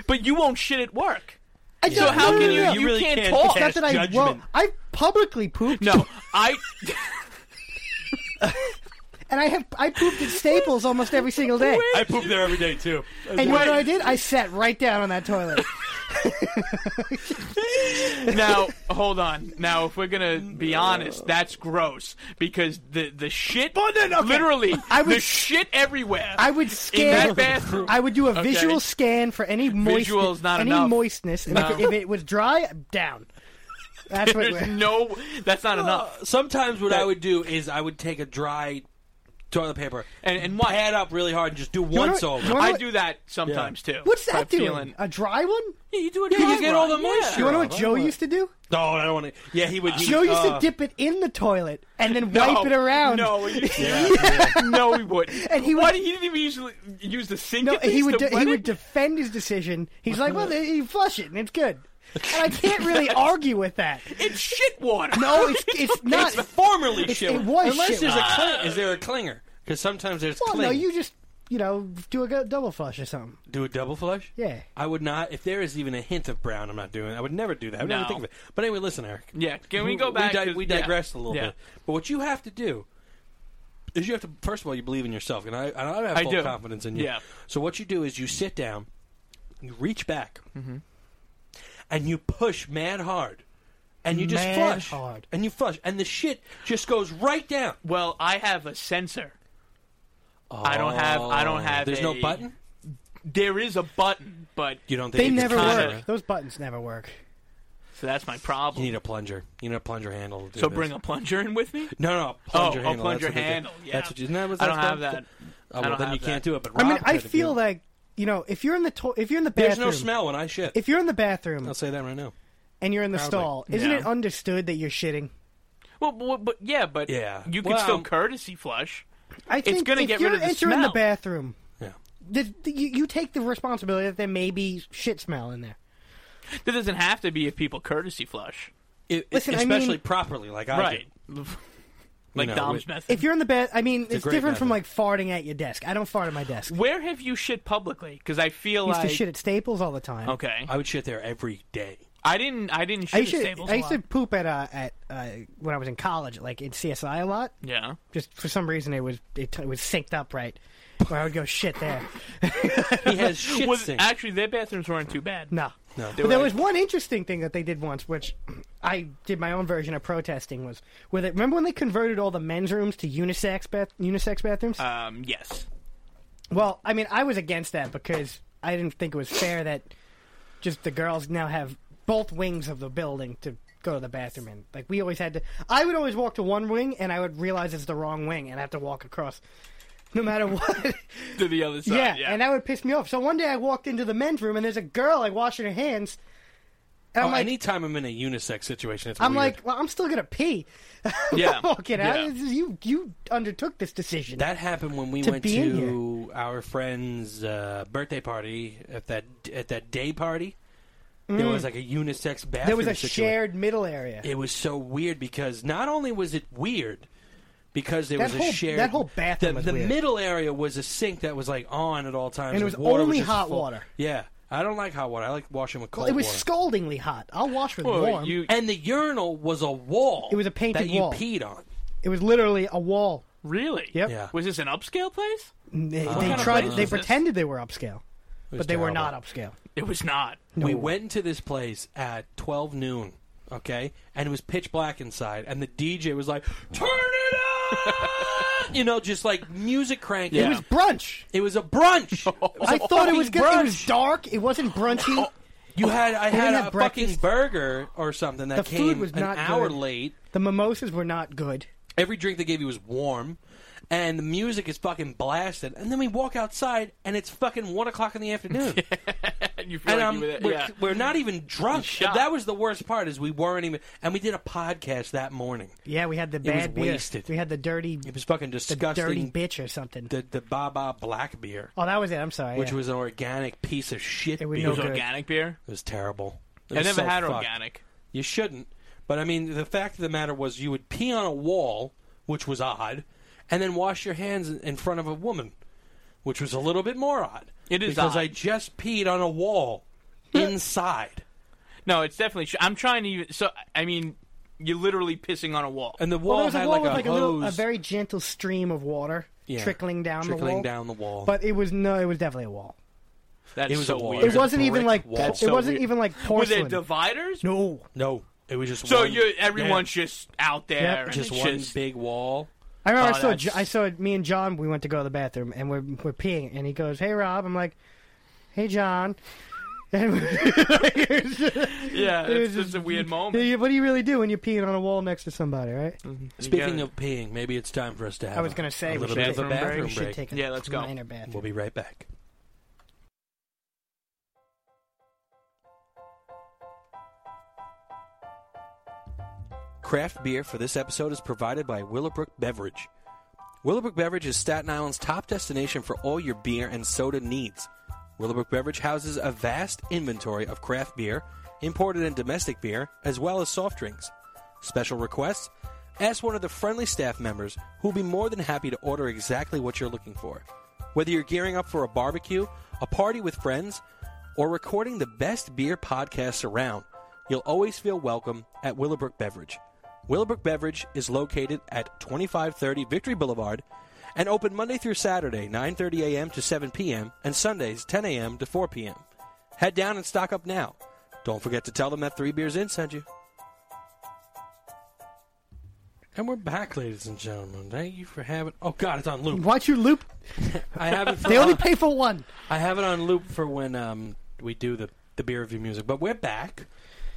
[SPEAKER 3] but you won't shit at work.
[SPEAKER 2] I
[SPEAKER 3] So
[SPEAKER 2] don't-
[SPEAKER 3] how
[SPEAKER 2] no,
[SPEAKER 3] can
[SPEAKER 2] no,
[SPEAKER 3] you?
[SPEAKER 2] no,
[SPEAKER 3] You,
[SPEAKER 2] no.
[SPEAKER 1] really
[SPEAKER 3] can't,
[SPEAKER 1] can't
[SPEAKER 3] talk.
[SPEAKER 1] cast
[SPEAKER 2] Not that I
[SPEAKER 1] judgment.
[SPEAKER 2] won't. I publicly pooped.
[SPEAKER 3] No, I.
[SPEAKER 2] And I have I pooped at Staples almost every single day.
[SPEAKER 1] I poop there every day too.
[SPEAKER 2] and you know what I did? I sat right down on that toilet.
[SPEAKER 3] now hold on. Now if we're gonna be honest, that's gross because the the shit.
[SPEAKER 1] Oh,
[SPEAKER 3] Literally,
[SPEAKER 2] I would-
[SPEAKER 3] the shit everywhere.
[SPEAKER 2] I would
[SPEAKER 3] in
[SPEAKER 2] scan.
[SPEAKER 3] that bathroom.
[SPEAKER 2] I would do a visual
[SPEAKER 3] Okay.
[SPEAKER 2] scan for any moist,
[SPEAKER 3] Visual's not
[SPEAKER 2] any
[SPEAKER 3] enough.
[SPEAKER 2] moistness. And if, it, if it was dry, down. That's what.
[SPEAKER 3] There's no. That's not enough.
[SPEAKER 1] Sometimes what I would do is I would take a dry toilet paper
[SPEAKER 3] And and what?
[SPEAKER 1] pad up really hard and just do
[SPEAKER 2] wanna-
[SPEAKER 1] once over.
[SPEAKER 2] you wanna-
[SPEAKER 3] I do that sometimes too.
[SPEAKER 2] Uh, What's
[SPEAKER 3] if I'm
[SPEAKER 2] that doing?
[SPEAKER 3] feeling-
[SPEAKER 2] A dry one?
[SPEAKER 3] Yeah, you do it.
[SPEAKER 1] you get all the moisture.
[SPEAKER 2] You want to know what
[SPEAKER 1] Yeah.
[SPEAKER 2] Joe used to do?
[SPEAKER 1] No, Oh, I don't want to. Yeah, he would. he-
[SPEAKER 2] Joe used
[SPEAKER 1] uh,
[SPEAKER 2] to dip it in the toilet and then wipe it around.
[SPEAKER 3] Oh, No, are you
[SPEAKER 1] Yeah,
[SPEAKER 3] serious? no, he wouldn't.
[SPEAKER 2] And he
[SPEAKER 3] Why
[SPEAKER 2] would-
[SPEAKER 3] did he didn't even usually use the sink?
[SPEAKER 2] No,
[SPEAKER 3] at
[SPEAKER 2] he
[SPEAKER 3] least
[SPEAKER 2] would
[SPEAKER 3] to
[SPEAKER 2] de- he
[SPEAKER 3] wet
[SPEAKER 2] would
[SPEAKER 3] it?
[SPEAKER 2] defend his decision. He's like, well, they, you flush it and it's good, and I can't really argue with that.
[SPEAKER 3] It's shit water.
[SPEAKER 2] No, it's it's not.
[SPEAKER 1] It's formerly shit.
[SPEAKER 2] it was
[SPEAKER 1] Unless
[SPEAKER 2] shit.
[SPEAKER 1] there's a cling- is there a clinger? Because sometimes there's
[SPEAKER 2] well,
[SPEAKER 1] cling.
[SPEAKER 2] no, you just you know do a go- double flush or something.
[SPEAKER 1] do a double flush.
[SPEAKER 2] Yeah.
[SPEAKER 1] I would not. If there is even a hint of brown, I'm not doing. it. I would never do that. I would
[SPEAKER 3] No.
[SPEAKER 1] never think of it. But anyway, listen, Eric.
[SPEAKER 3] Yeah, can we go back?
[SPEAKER 1] We, di-
[SPEAKER 3] to-
[SPEAKER 1] we
[SPEAKER 3] yeah.
[SPEAKER 1] digressed a little
[SPEAKER 3] Yeah.
[SPEAKER 1] bit. But what you have to do is you have to first of all you believe in yourself, and I, and I have
[SPEAKER 3] I
[SPEAKER 1] full
[SPEAKER 3] do.
[SPEAKER 1] confidence in you.
[SPEAKER 3] Yeah.
[SPEAKER 1] So what you do is you sit down, you reach back,
[SPEAKER 3] Mm-hmm.
[SPEAKER 1] and you push mad hard, and you just
[SPEAKER 2] Mad
[SPEAKER 1] flush
[SPEAKER 2] hard.
[SPEAKER 1] and you flush, and the shit just goes right down.
[SPEAKER 3] Well, I have a sensor. I don't have. I don't have.
[SPEAKER 1] There's
[SPEAKER 3] a-
[SPEAKER 1] no button.
[SPEAKER 3] There is a button, but
[SPEAKER 1] You don't think
[SPEAKER 2] They
[SPEAKER 1] you can
[SPEAKER 2] never
[SPEAKER 1] flush
[SPEAKER 3] kinda-
[SPEAKER 1] it?
[SPEAKER 2] work. Those buttons never work.
[SPEAKER 3] so that's my
[SPEAKER 1] You
[SPEAKER 3] problem.
[SPEAKER 1] need a plunger. You need a plunger handle. To do
[SPEAKER 3] So
[SPEAKER 1] this.
[SPEAKER 3] bring a plunger in with me.
[SPEAKER 1] No, no, a plunger
[SPEAKER 3] oh,
[SPEAKER 1] handle.
[SPEAKER 3] plunger
[SPEAKER 1] that's what they do.
[SPEAKER 3] handle, yeah.
[SPEAKER 1] That's what you. Isn't that what
[SPEAKER 3] I don't
[SPEAKER 1] that's
[SPEAKER 3] have
[SPEAKER 1] done? Oh,
[SPEAKER 3] that. I
[SPEAKER 1] well,
[SPEAKER 3] don't
[SPEAKER 1] then
[SPEAKER 3] have
[SPEAKER 1] you
[SPEAKER 3] that.
[SPEAKER 1] can't do it. But
[SPEAKER 2] I mean,
[SPEAKER 1] Rob
[SPEAKER 2] I
[SPEAKER 1] could if
[SPEAKER 2] feel
[SPEAKER 1] you-
[SPEAKER 2] like you know if you're in the to- if you're in the
[SPEAKER 1] there's
[SPEAKER 2] bathroom,
[SPEAKER 1] no smell when I shit.
[SPEAKER 2] if you're in the bathroom
[SPEAKER 1] I'll say that right now.
[SPEAKER 2] and you're in the
[SPEAKER 1] Proudly.
[SPEAKER 2] stall, isn't
[SPEAKER 3] Yeah.
[SPEAKER 2] it understood that you're shitting?
[SPEAKER 3] Well, but, but yeah, but
[SPEAKER 1] Yeah.
[SPEAKER 3] you can
[SPEAKER 1] Well-
[SPEAKER 3] still courtesy flush.
[SPEAKER 2] I think
[SPEAKER 3] gonna
[SPEAKER 2] if
[SPEAKER 3] get
[SPEAKER 2] you're
[SPEAKER 3] rid of the
[SPEAKER 2] entering the
[SPEAKER 3] smell.
[SPEAKER 2] bathroom,
[SPEAKER 1] Yeah.
[SPEAKER 2] th- th- you, you take the responsibility that there may be shit smell in there.
[SPEAKER 3] There doesn't have to be if people courtesy flush.
[SPEAKER 1] It,
[SPEAKER 2] Listen, I
[SPEAKER 1] especially
[SPEAKER 2] mean-
[SPEAKER 1] properly, like I
[SPEAKER 3] right. like
[SPEAKER 1] know,
[SPEAKER 3] Dom's
[SPEAKER 1] it-
[SPEAKER 3] method.
[SPEAKER 2] If you're in the bed, I mean, it's,
[SPEAKER 1] great
[SPEAKER 2] different from like
[SPEAKER 1] method.
[SPEAKER 2] farting at your desk. I don't fart at my desk.
[SPEAKER 3] Where have you shit publicly? Because I feel
[SPEAKER 2] I used
[SPEAKER 3] like
[SPEAKER 2] to shit at Staples all the time.
[SPEAKER 1] do.
[SPEAKER 3] okay,
[SPEAKER 1] I would shit there every day.
[SPEAKER 3] I didn't. I didn't
[SPEAKER 2] I used
[SPEAKER 3] shit at
[SPEAKER 2] to,
[SPEAKER 3] Staples.
[SPEAKER 2] I
[SPEAKER 3] a
[SPEAKER 2] used to
[SPEAKER 3] lot.
[SPEAKER 2] poop at uh, at uh, when I was in college, like in CSI a lot.
[SPEAKER 3] Yeah.
[SPEAKER 2] Just for some reason, it was it, it was synced up right, where I would go shit there.
[SPEAKER 1] He has shit
[SPEAKER 3] Was,
[SPEAKER 1] sink.
[SPEAKER 3] actually, their bathrooms weren't too bad.
[SPEAKER 2] No.
[SPEAKER 1] No.
[SPEAKER 2] But there was one interesting thing that they did once, which I did my own version of protesting was where they remember when they converted all the men's rooms to unisex bath, unisex bathrooms.
[SPEAKER 3] Um. Yes.
[SPEAKER 2] well, I mean, I was against that because I didn't think it was fair that just the girls now have both wings of the building to go to the bathroom in. Like we always had to. I would always walk to one wing, and I would realize it's the wrong wing, and I have to walk across. No matter what,
[SPEAKER 3] To the other side.
[SPEAKER 2] yeah,
[SPEAKER 3] Yeah.
[SPEAKER 2] and that would piss me off. So one day I walked into the men's room and there's a girl like washing her hands, and
[SPEAKER 1] Oh,
[SPEAKER 2] I'm like,
[SPEAKER 1] anytime I'm in a unisex situation, it's
[SPEAKER 2] I'm
[SPEAKER 1] weird.
[SPEAKER 2] like, well, I'm still gonna pee.
[SPEAKER 3] yeah.
[SPEAKER 2] Walking out,
[SPEAKER 3] Yeah.
[SPEAKER 2] This is- you you undertook this decision.
[SPEAKER 1] That happened when we
[SPEAKER 2] To
[SPEAKER 1] went
[SPEAKER 2] be in
[SPEAKER 1] to our friend's uh, birthday party at that at that day party. There was like a unisex bathroom.
[SPEAKER 2] Mm. there was a
[SPEAKER 1] situation.
[SPEAKER 2] shared middle area.
[SPEAKER 1] It was so weird because not only was it weird because there
[SPEAKER 2] That
[SPEAKER 1] was
[SPEAKER 2] whole-
[SPEAKER 1] a shared
[SPEAKER 2] that whole
[SPEAKER 1] The,
[SPEAKER 2] bathroom was
[SPEAKER 1] the
[SPEAKER 2] weird.
[SPEAKER 1] middle area was a sink that was like on at all times,
[SPEAKER 2] And it
[SPEAKER 1] with
[SPEAKER 2] was
[SPEAKER 1] water
[SPEAKER 2] only
[SPEAKER 1] just
[SPEAKER 2] hot
[SPEAKER 1] full-
[SPEAKER 2] water.
[SPEAKER 1] Yeah, I don't like hot water. I like washing with cold
[SPEAKER 2] it was
[SPEAKER 1] water.
[SPEAKER 2] scaldingly hot. I'll wash with
[SPEAKER 1] Oh,
[SPEAKER 3] Well,
[SPEAKER 2] warm.
[SPEAKER 3] you
[SPEAKER 1] and the urinal was a wall.
[SPEAKER 2] It was a painted
[SPEAKER 1] that you
[SPEAKER 2] wall.
[SPEAKER 1] peed on.
[SPEAKER 2] It was literally a wall.
[SPEAKER 3] really?
[SPEAKER 2] Yep.
[SPEAKER 1] Yeah.
[SPEAKER 3] Was this an upscale place?
[SPEAKER 2] They,
[SPEAKER 3] kind
[SPEAKER 2] they
[SPEAKER 3] of
[SPEAKER 2] tried.
[SPEAKER 3] place
[SPEAKER 2] They
[SPEAKER 3] is this?
[SPEAKER 2] pretended they were upscale,
[SPEAKER 1] It was
[SPEAKER 2] but they were
[SPEAKER 1] terrible.
[SPEAKER 2] not upscale.
[SPEAKER 3] It was not.
[SPEAKER 1] We went into this place at 12 noon, okay? And it was pitch black inside, and the DJ was like, Turn it up! you know, just like music cranking.
[SPEAKER 3] Yeah.
[SPEAKER 2] It was brunch.
[SPEAKER 1] It was a brunch. It was
[SPEAKER 2] I
[SPEAKER 1] a
[SPEAKER 2] thought it
[SPEAKER 1] fucking
[SPEAKER 2] was gonna, it was
[SPEAKER 1] brunch. Oh.
[SPEAKER 2] dark. It wasn't brunchy.
[SPEAKER 1] You had I had
[SPEAKER 2] didn't
[SPEAKER 1] a
[SPEAKER 2] have breakfast.
[SPEAKER 1] fucking burger or something that
[SPEAKER 2] The
[SPEAKER 1] came
[SPEAKER 2] food was not
[SPEAKER 1] an hour
[SPEAKER 2] good.
[SPEAKER 1] late.
[SPEAKER 2] the mimosas were not good.
[SPEAKER 1] Every drink they gave you was warm, and the music is fucking blasted. And then we walk outside, and it's fucking one o'clock in the afternoon.
[SPEAKER 3] And you
[SPEAKER 1] and
[SPEAKER 3] feel like
[SPEAKER 1] um,
[SPEAKER 3] you were there.
[SPEAKER 1] we're,
[SPEAKER 3] yeah.
[SPEAKER 1] we're not even drunk.
[SPEAKER 3] Shot.
[SPEAKER 1] That was the worst part is we weren't even, and we did a podcast that morning.
[SPEAKER 2] Yeah, we had the
[SPEAKER 1] was
[SPEAKER 2] bad beer.
[SPEAKER 1] wasted.
[SPEAKER 2] We had the dirty,
[SPEAKER 1] It was fucking
[SPEAKER 2] the dirty
[SPEAKER 1] disgusting.
[SPEAKER 2] bitch or something.
[SPEAKER 1] the the Baba Black beer,
[SPEAKER 2] oh, that was it. I'm sorry.
[SPEAKER 1] which
[SPEAKER 2] yeah.
[SPEAKER 1] was an organic piece of shit.
[SPEAKER 2] It was
[SPEAKER 1] beer.
[SPEAKER 2] no
[SPEAKER 3] it was
[SPEAKER 2] good.
[SPEAKER 3] organic beer.
[SPEAKER 1] It was terrible. It
[SPEAKER 3] I
[SPEAKER 1] was
[SPEAKER 3] never
[SPEAKER 1] so
[SPEAKER 3] had
[SPEAKER 1] fucked.
[SPEAKER 3] organic.
[SPEAKER 1] You shouldn't. But I mean, the fact of the matter was, you would pee on a wall, which was odd, and then wash your hands in- in front of a woman, which was a little bit more odd.
[SPEAKER 3] It is
[SPEAKER 1] because
[SPEAKER 3] odd.
[SPEAKER 1] I just peed on a wall inside,
[SPEAKER 3] No, it's definitely. Sh- I'm trying to. Even, so I mean, you're literally pissing on a wall.
[SPEAKER 1] and the
[SPEAKER 2] Well,
[SPEAKER 1] wall
[SPEAKER 2] there was
[SPEAKER 1] had
[SPEAKER 2] a wall
[SPEAKER 1] like,
[SPEAKER 2] with like
[SPEAKER 1] a
[SPEAKER 2] a, little, a
[SPEAKER 1] hose
[SPEAKER 2] very gentle stream of water
[SPEAKER 1] Yeah,
[SPEAKER 2] trickling down the
[SPEAKER 1] trickling
[SPEAKER 2] wall.
[SPEAKER 1] down the wall.
[SPEAKER 2] But it was no, it was definitely a wall.
[SPEAKER 3] That's
[SPEAKER 1] it was
[SPEAKER 3] so
[SPEAKER 1] a wall. It
[SPEAKER 3] weird.
[SPEAKER 2] It,
[SPEAKER 1] was a
[SPEAKER 2] wasn't even
[SPEAKER 1] brick
[SPEAKER 2] like
[SPEAKER 1] wall. That's
[SPEAKER 2] it
[SPEAKER 3] so
[SPEAKER 2] wasn't
[SPEAKER 3] weird.
[SPEAKER 2] even like
[SPEAKER 3] Were there
[SPEAKER 2] porcelain.
[SPEAKER 3] dividers?
[SPEAKER 2] no,
[SPEAKER 1] no, it was just
[SPEAKER 3] So
[SPEAKER 1] one,
[SPEAKER 3] you everyone's
[SPEAKER 1] yeah,
[SPEAKER 3] just out there.
[SPEAKER 2] Yep.
[SPEAKER 3] and
[SPEAKER 1] just
[SPEAKER 3] it's
[SPEAKER 1] one big wall.
[SPEAKER 2] I remember
[SPEAKER 3] Oh,
[SPEAKER 2] I saw
[SPEAKER 3] that's-
[SPEAKER 2] Jo- I saw me and John. We went to go to the bathroom and we're we're peeing, and he goes, "Hey Rob," I'm like, "Hey John." And
[SPEAKER 3] Yeah,
[SPEAKER 2] It
[SPEAKER 3] it's
[SPEAKER 2] was
[SPEAKER 3] just a weird moment.
[SPEAKER 2] what do you really do when you're peeing on a wall next to somebody, right?
[SPEAKER 1] Speaking of peeing, maybe it's time for us to have.
[SPEAKER 2] I was
[SPEAKER 1] going
[SPEAKER 2] gonna
[SPEAKER 1] to
[SPEAKER 2] say
[SPEAKER 1] a
[SPEAKER 2] we
[SPEAKER 1] little
[SPEAKER 2] should
[SPEAKER 1] bit of a
[SPEAKER 3] take-
[SPEAKER 1] bathroom
[SPEAKER 2] We should
[SPEAKER 1] break.
[SPEAKER 2] take a
[SPEAKER 3] Yeah, let's go.
[SPEAKER 2] minor bathroom.
[SPEAKER 1] We'll be right back. Craft beer for this episode is provided by Willowbrook Beverage. Willowbrook Beverage is Staten Island's top destination for all your beer and soda needs. Willowbrook Beverage houses a vast inventory of craft beer, imported and domestic beer, as well as soft drinks. Special requests? Ask one of the friendly staff members who'll be more than happy to order exactly what you're looking for. Whether you're gearing up for a barbecue, a party with friends, or recording the best beer podcasts around, you'll always feel welcome at Willowbrook Beverage. Willowbrook Beverage is located at 2530 Victory Boulevard and open Monday through Saturday, 9:30 a.m. to 7 p.m. and Sundays, 10 a.m. to 4 p.m. Head down and stock up now. Don't forget to tell them that Three Beers In sent you. And we're back, ladies and gentlemen. Thank you for having. Oh God, it's on loop.
[SPEAKER 2] Why'd you loop?
[SPEAKER 1] I have it. For,
[SPEAKER 2] They only pay for one.
[SPEAKER 1] I have it on loop for when um, we do the the beer review music. But we're back,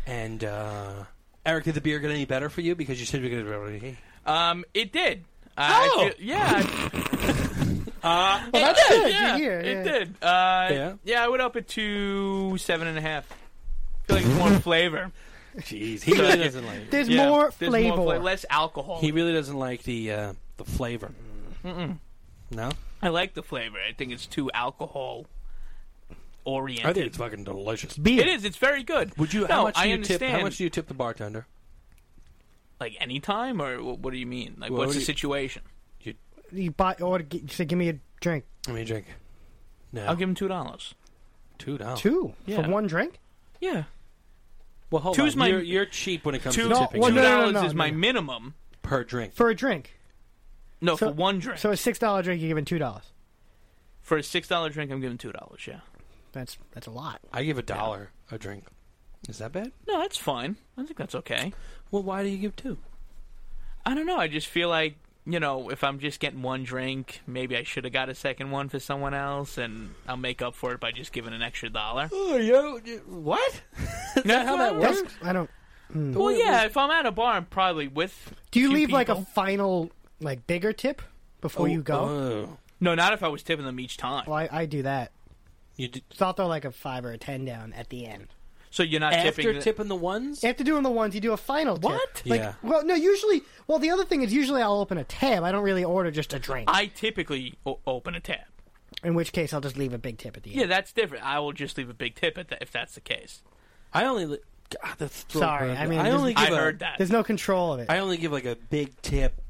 [SPEAKER 1] and uh, Eric, did the beer get any better for you? Because you said we are going to.
[SPEAKER 3] Um, it did.
[SPEAKER 1] Oh!
[SPEAKER 3] I feel, yeah, I-
[SPEAKER 2] Well, that's good.
[SPEAKER 3] yeah,
[SPEAKER 2] you hear, yeah.
[SPEAKER 3] it did. Uh,
[SPEAKER 1] Uh, Yeah?
[SPEAKER 3] yeah, I would up it to seven and a half. I feel like it's more flavor.
[SPEAKER 1] Jeez, he really doesn't like. It.
[SPEAKER 2] There's
[SPEAKER 3] Yeah,
[SPEAKER 2] more
[SPEAKER 3] there's
[SPEAKER 2] flavor.
[SPEAKER 3] fla- less alcohol.
[SPEAKER 1] He really doesn't like the uh, the flavor. No,
[SPEAKER 3] I like the flavor. I think it's too alcohol oriented.
[SPEAKER 1] I think it's fucking delicious.
[SPEAKER 2] Beer.
[SPEAKER 3] It is. It's very good.
[SPEAKER 1] Would you?
[SPEAKER 3] No,
[SPEAKER 1] how much do
[SPEAKER 3] I
[SPEAKER 1] you tip?
[SPEAKER 3] understand.
[SPEAKER 1] How much do you tip the bartender?
[SPEAKER 3] Like anytime, or wh- what do you mean? Like,
[SPEAKER 1] Well,
[SPEAKER 3] what's
[SPEAKER 1] what
[SPEAKER 3] the
[SPEAKER 1] do you-
[SPEAKER 3] situation?
[SPEAKER 2] You buy or you say, give me a drink.
[SPEAKER 1] Let me drink. No,
[SPEAKER 3] I'll give him two dollars.
[SPEAKER 1] two dollars.
[SPEAKER 2] Two
[SPEAKER 3] Oh. Yeah.
[SPEAKER 2] for one drink?
[SPEAKER 3] Yeah,
[SPEAKER 1] Well, hold
[SPEAKER 3] Two's
[SPEAKER 1] on.
[SPEAKER 3] my-
[SPEAKER 1] you're, you're cheap when it comes
[SPEAKER 3] two
[SPEAKER 1] to
[SPEAKER 2] No,
[SPEAKER 1] tipping
[SPEAKER 2] well,
[SPEAKER 3] two
[SPEAKER 1] out
[SPEAKER 2] no, no,
[SPEAKER 3] dollars
[SPEAKER 2] no,
[SPEAKER 3] is my
[SPEAKER 2] no.
[SPEAKER 3] minimum.
[SPEAKER 1] per drink.
[SPEAKER 2] For a drink.
[SPEAKER 3] No,
[SPEAKER 2] So-
[SPEAKER 3] for one drink.
[SPEAKER 2] So a six dollar drink you're giving two dollars.
[SPEAKER 3] for a six dollar drink, I'm giving two dollars. Yeah.
[SPEAKER 2] That's that's a lot.
[SPEAKER 1] I give a dollar a drink. Is that bad?
[SPEAKER 3] No, that's fine. I think that's okay.
[SPEAKER 1] Well, why do you give two?
[SPEAKER 3] I don't know. I just feel like you know, if I'm just getting one drink, maybe I should have got a second one for someone else, and I'll make up for it by just giving an extra dollar.
[SPEAKER 1] Oh, yo, you- what? Is that how that
[SPEAKER 2] That's,
[SPEAKER 1] works?
[SPEAKER 2] I don't
[SPEAKER 3] Well, yeah. If I'm at a bar, I'm probably with.
[SPEAKER 2] Do you
[SPEAKER 3] few
[SPEAKER 2] leave like a
[SPEAKER 3] people. uh.
[SPEAKER 2] final like bigger tip before you go?
[SPEAKER 1] oh.
[SPEAKER 3] No, not if I was tipping them each time.
[SPEAKER 2] well, I, I do that.
[SPEAKER 1] You d-
[SPEAKER 2] So I'll throw like a five or a ten down at the end.
[SPEAKER 3] So you're not
[SPEAKER 1] after
[SPEAKER 3] tipping. the-
[SPEAKER 1] tipping the ones?
[SPEAKER 2] After doing the ones, you do a final tip.
[SPEAKER 3] What?
[SPEAKER 2] Like,
[SPEAKER 1] Yeah.
[SPEAKER 2] Well, no, usually. Well, the other thing is usually I'll open a tab. I don't really order just a drink.
[SPEAKER 3] I typically o- open a tab.
[SPEAKER 2] In which case, I'll just leave a big tip at the end.
[SPEAKER 3] Yeah, that's different. I will just leave a big tip at that if that's the case.
[SPEAKER 1] I only. li- God, that's so
[SPEAKER 2] Sorry,
[SPEAKER 1] bad.
[SPEAKER 2] I mean,
[SPEAKER 1] I
[SPEAKER 2] this-
[SPEAKER 1] only give
[SPEAKER 3] I
[SPEAKER 1] a-
[SPEAKER 3] heard that.
[SPEAKER 2] There's no control of it.
[SPEAKER 1] I only give like a big tip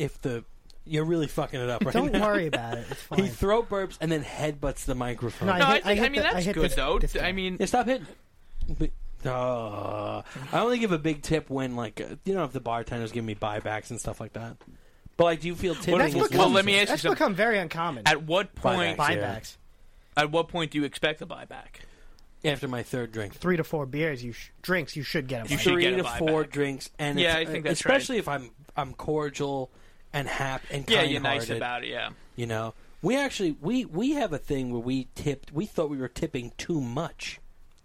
[SPEAKER 1] if the you're really fucking it up right
[SPEAKER 2] Eh. don't
[SPEAKER 1] now.
[SPEAKER 2] worry about it. It's
[SPEAKER 1] He
[SPEAKER 2] fine.
[SPEAKER 1] throat burps and then headbutts the microphone.
[SPEAKER 2] No,
[SPEAKER 3] No,
[SPEAKER 2] I hit-
[SPEAKER 3] I,
[SPEAKER 2] I
[SPEAKER 3] think- I
[SPEAKER 2] hit
[SPEAKER 3] mean
[SPEAKER 2] the- I
[SPEAKER 3] that's
[SPEAKER 2] hit
[SPEAKER 3] good
[SPEAKER 2] this-
[SPEAKER 3] though.
[SPEAKER 2] this
[SPEAKER 3] I
[SPEAKER 2] thing.
[SPEAKER 3] mean,
[SPEAKER 1] Yeah, stop hitting. But- uh, I only give a big tip when, like, uh, you know, if the bartenders give me buybacks and stuff like that. But like, do you feel tipping?
[SPEAKER 2] that's
[SPEAKER 1] is
[SPEAKER 3] Well,
[SPEAKER 2] become,
[SPEAKER 1] one
[SPEAKER 3] let me
[SPEAKER 1] thing?
[SPEAKER 3] ask you
[SPEAKER 2] that's
[SPEAKER 3] something.
[SPEAKER 2] become very uncommon.
[SPEAKER 3] at what point?
[SPEAKER 1] Buybacks.
[SPEAKER 2] Buybacks,
[SPEAKER 3] At what point do you expect a buyback?
[SPEAKER 1] after my third drink.
[SPEAKER 2] three to four beers, you sh- drinks, you should get a
[SPEAKER 3] You
[SPEAKER 2] bite.
[SPEAKER 3] should
[SPEAKER 1] three
[SPEAKER 3] get a
[SPEAKER 1] to
[SPEAKER 3] buyback.
[SPEAKER 1] four drinks, and
[SPEAKER 3] Yeah,
[SPEAKER 1] it's-
[SPEAKER 3] I think that's
[SPEAKER 1] especially if I'm I'm cordial and happy and
[SPEAKER 3] Yeah,
[SPEAKER 1] kind-hearted,
[SPEAKER 3] you're nice about it. Yeah.
[SPEAKER 1] You know, we actually we we have a thing where we tipped. We thought we were tipping too much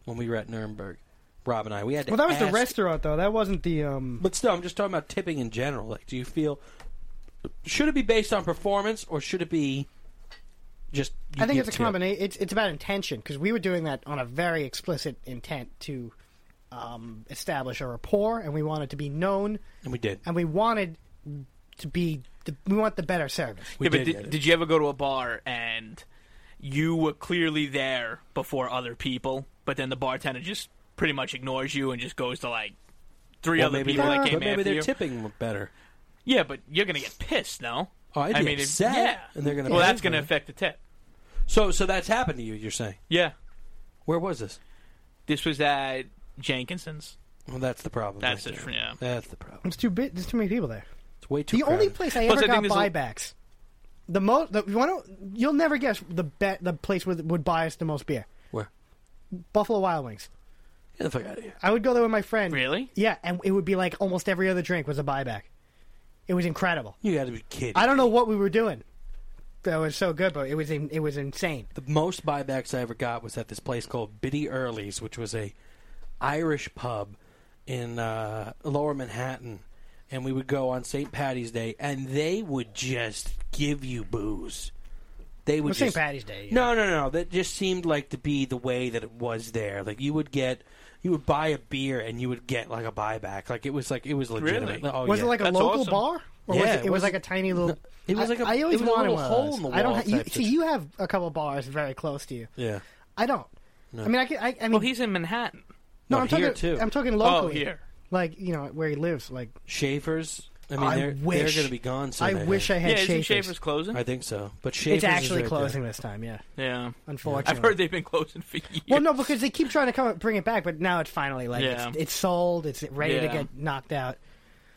[SPEAKER 1] when we were at Nuremberg. Rob and I, we had to.
[SPEAKER 2] Well, that was the
[SPEAKER 1] ask-
[SPEAKER 2] restaurant though. That wasn't the um.
[SPEAKER 1] But still, I'm just talking about tipping in general. Like, do you feel should it be based on performance or should it be just? you
[SPEAKER 2] I think
[SPEAKER 1] give
[SPEAKER 2] it's a
[SPEAKER 1] tip?
[SPEAKER 2] combination. It's it's about intention because we were doing that on a very explicit intent to um, establish a rapport, and we wanted to be known,
[SPEAKER 1] And we did.
[SPEAKER 2] and we wanted to be. The, we want the better service.
[SPEAKER 1] We
[SPEAKER 3] yeah, but
[SPEAKER 1] did. get
[SPEAKER 3] did,
[SPEAKER 1] it.
[SPEAKER 3] did you ever go to a bar and you were clearly there before other people, but then the bartender just pretty much ignores you and just goes to like three
[SPEAKER 1] Well,
[SPEAKER 3] other
[SPEAKER 1] maybe
[SPEAKER 3] people
[SPEAKER 1] they're-
[SPEAKER 3] that
[SPEAKER 2] Nah,
[SPEAKER 3] came
[SPEAKER 1] but maybe
[SPEAKER 3] after
[SPEAKER 1] they're
[SPEAKER 3] you?
[SPEAKER 1] tipping better.
[SPEAKER 3] yeah, but you're gonna get pissed, no?
[SPEAKER 1] Oh, I'd be
[SPEAKER 3] I mean, if-
[SPEAKER 1] upset,
[SPEAKER 3] yeah.
[SPEAKER 1] and they're gonna.
[SPEAKER 3] Well,
[SPEAKER 1] pay
[SPEAKER 3] that's
[SPEAKER 1] for
[SPEAKER 3] gonna
[SPEAKER 1] it.
[SPEAKER 3] affect the tip.
[SPEAKER 1] So, so that's happened to you. You're saying.
[SPEAKER 3] Yeah,
[SPEAKER 1] Where was this?
[SPEAKER 3] this was at Jenkinson's.
[SPEAKER 1] Well, that's the problem.
[SPEAKER 3] That's
[SPEAKER 1] right
[SPEAKER 3] it.
[SPEAKER 1] there.
[SPEAKER 3] Yeah.
[SPEAKER 1] That's the problem.
[SPEAKER 2] It's too bit. There's too many people there.
[SPEAKER 1] It's way too.
[SPEAKER 2] The only
[SPEAKER 1] crowded.
[SPEAKER 2] place I
[SPEAKER 3] Plus,
[SPEAKER 2] ever
[SPEAKER 3] I
[SPEAKER 2] got
[SPEAKER 3] think
[SPEAKER 2] buybacks. The most. The, you want to? You'll never guess the bet. The place with, would buy us the most beer.
[SPEAKER 1] Where?
[SPEAKER 2] Buffalo Wild Wings.
[SPEAKER 1] Get the fuck out of here.
[SPEAKER 2] I would go there with my friend.
[SPEAKER 3] Really?
[SPEAKER 2] Yeah, and it would be like almost every other drink was a buyback. It was incredible.
[SPEAKER 1] You got to be kidding.
[SPEAKER 2] I don't know what we were doing. That was so good, but it was in, it was insane.
[SPEAKER 1] the most buybacks I ever got was at this place called Biddy Early's, which was a Irish pub in uh, Lower Manhattan, and we would go on St. Patty's Day, and they would just give you booze. They would
[SPEAKER 2] Well, St.
[SPEAKER 1] just-
[SPEAKER 2] Patty's Day. yeah.
[SPEAKER 1] No, no, no. That just seemed like to be the way that it was there. Like you would get, you would buy a beer and you would get like a buyback. Like it was like it was legitimate.
[SPEAKER 3] Really?
[SPEAKER 1] Oh,
[SPEAKER 2] was
[SPEAKER 1] yeah.
[SPEAKER 2] it like a
[SPEAKER 3] That's
[SPEAKER 2] local
[SPEAKER 3] awesome.
[SPEAKER 2] bar? Or
[SPEAKER 1] Yeah,
[SPEAKER 2] was it,
[SPEAKER 1] it
[SPEAKER 2] it was
[SPEAKER 1] was-
[SPEAKER 2] like a tiny little.
[SPEAKER 1] it was like a-
[SPEAKER 2] I, I always
[SPEAKER 1] it was a
[SPEAKER 2] wanted
[SPEAKER 1] little
[SPEAKER 2] one of
[SPEAKER 1] hole
[SPEAKER 2] those.
[SPEAKER 1] in the
[SPEAKER 2] I don't.
[SPEAKER 1] wall
[SPEAKER 2] ha- you,
[SPEAKER 1] type
[SPEAKER 2] see,
[SPEAKER 1] situation.
[SPEAKER 2] you have a couple bars very close to you.
[SPEAKER 1] yeah.
[SPEAKER 2] I don't. I mean, I, can, I, I mean,
[SPEAKER 3] Well, he's in Manhattan.
[SPEAKER 2] no,
[SPEAKER 1] No,
[SPEAKER 2] I'm
[SPEAKER 1] here
[SPEAKER 2] talking.
[SPEAKER 1] too.
[SPEAKER 2] I'm talking
[SPEAKER 3] Oh,
[SPEAKER 2] locally.
[SPEAKER 3] here.
[SPEAKER 2] like you know where he lives. Like
[SPEAKER 1] Schaefer's. I mean,
[SPEAKER 2] I
[SPEAKER 1] they're
[SPEAKER 2] wish-
[SPEAKER 1] they're going to be gone soon.
[SPEAKER 2] I wish I
[SPEAKER 3] Yeah,
[SPEAKER 2] had
[SPEAKER 3] isn't
[SPEAKER 2] Schaefer's.
[SPEAKER 3] Schaefer's closing?
[SPEAKER 1] I think so, but Schaefer's
[SPEAKER 2] It's
[SPEAKER 1] is
[SPEAKER 2] actually
[SPEAKER 1] right
[SPEAKER 2] closing this time. Yeah,
[SPEAKER 3] yeah.
[SPEAKER 2] unfortunately.
[SPEAKER 3] I've heard they've been closing for years.
[SPEAKER 2] Well, no, because they keep trying to come bring it back, but now it's finally like
[SPEAKER 3] Yeah.
[SPEAKER 2] it's, it's sold. It's ready to
[SPEAKER 3] Yeah.
[SPEAKER 2] get knocked out.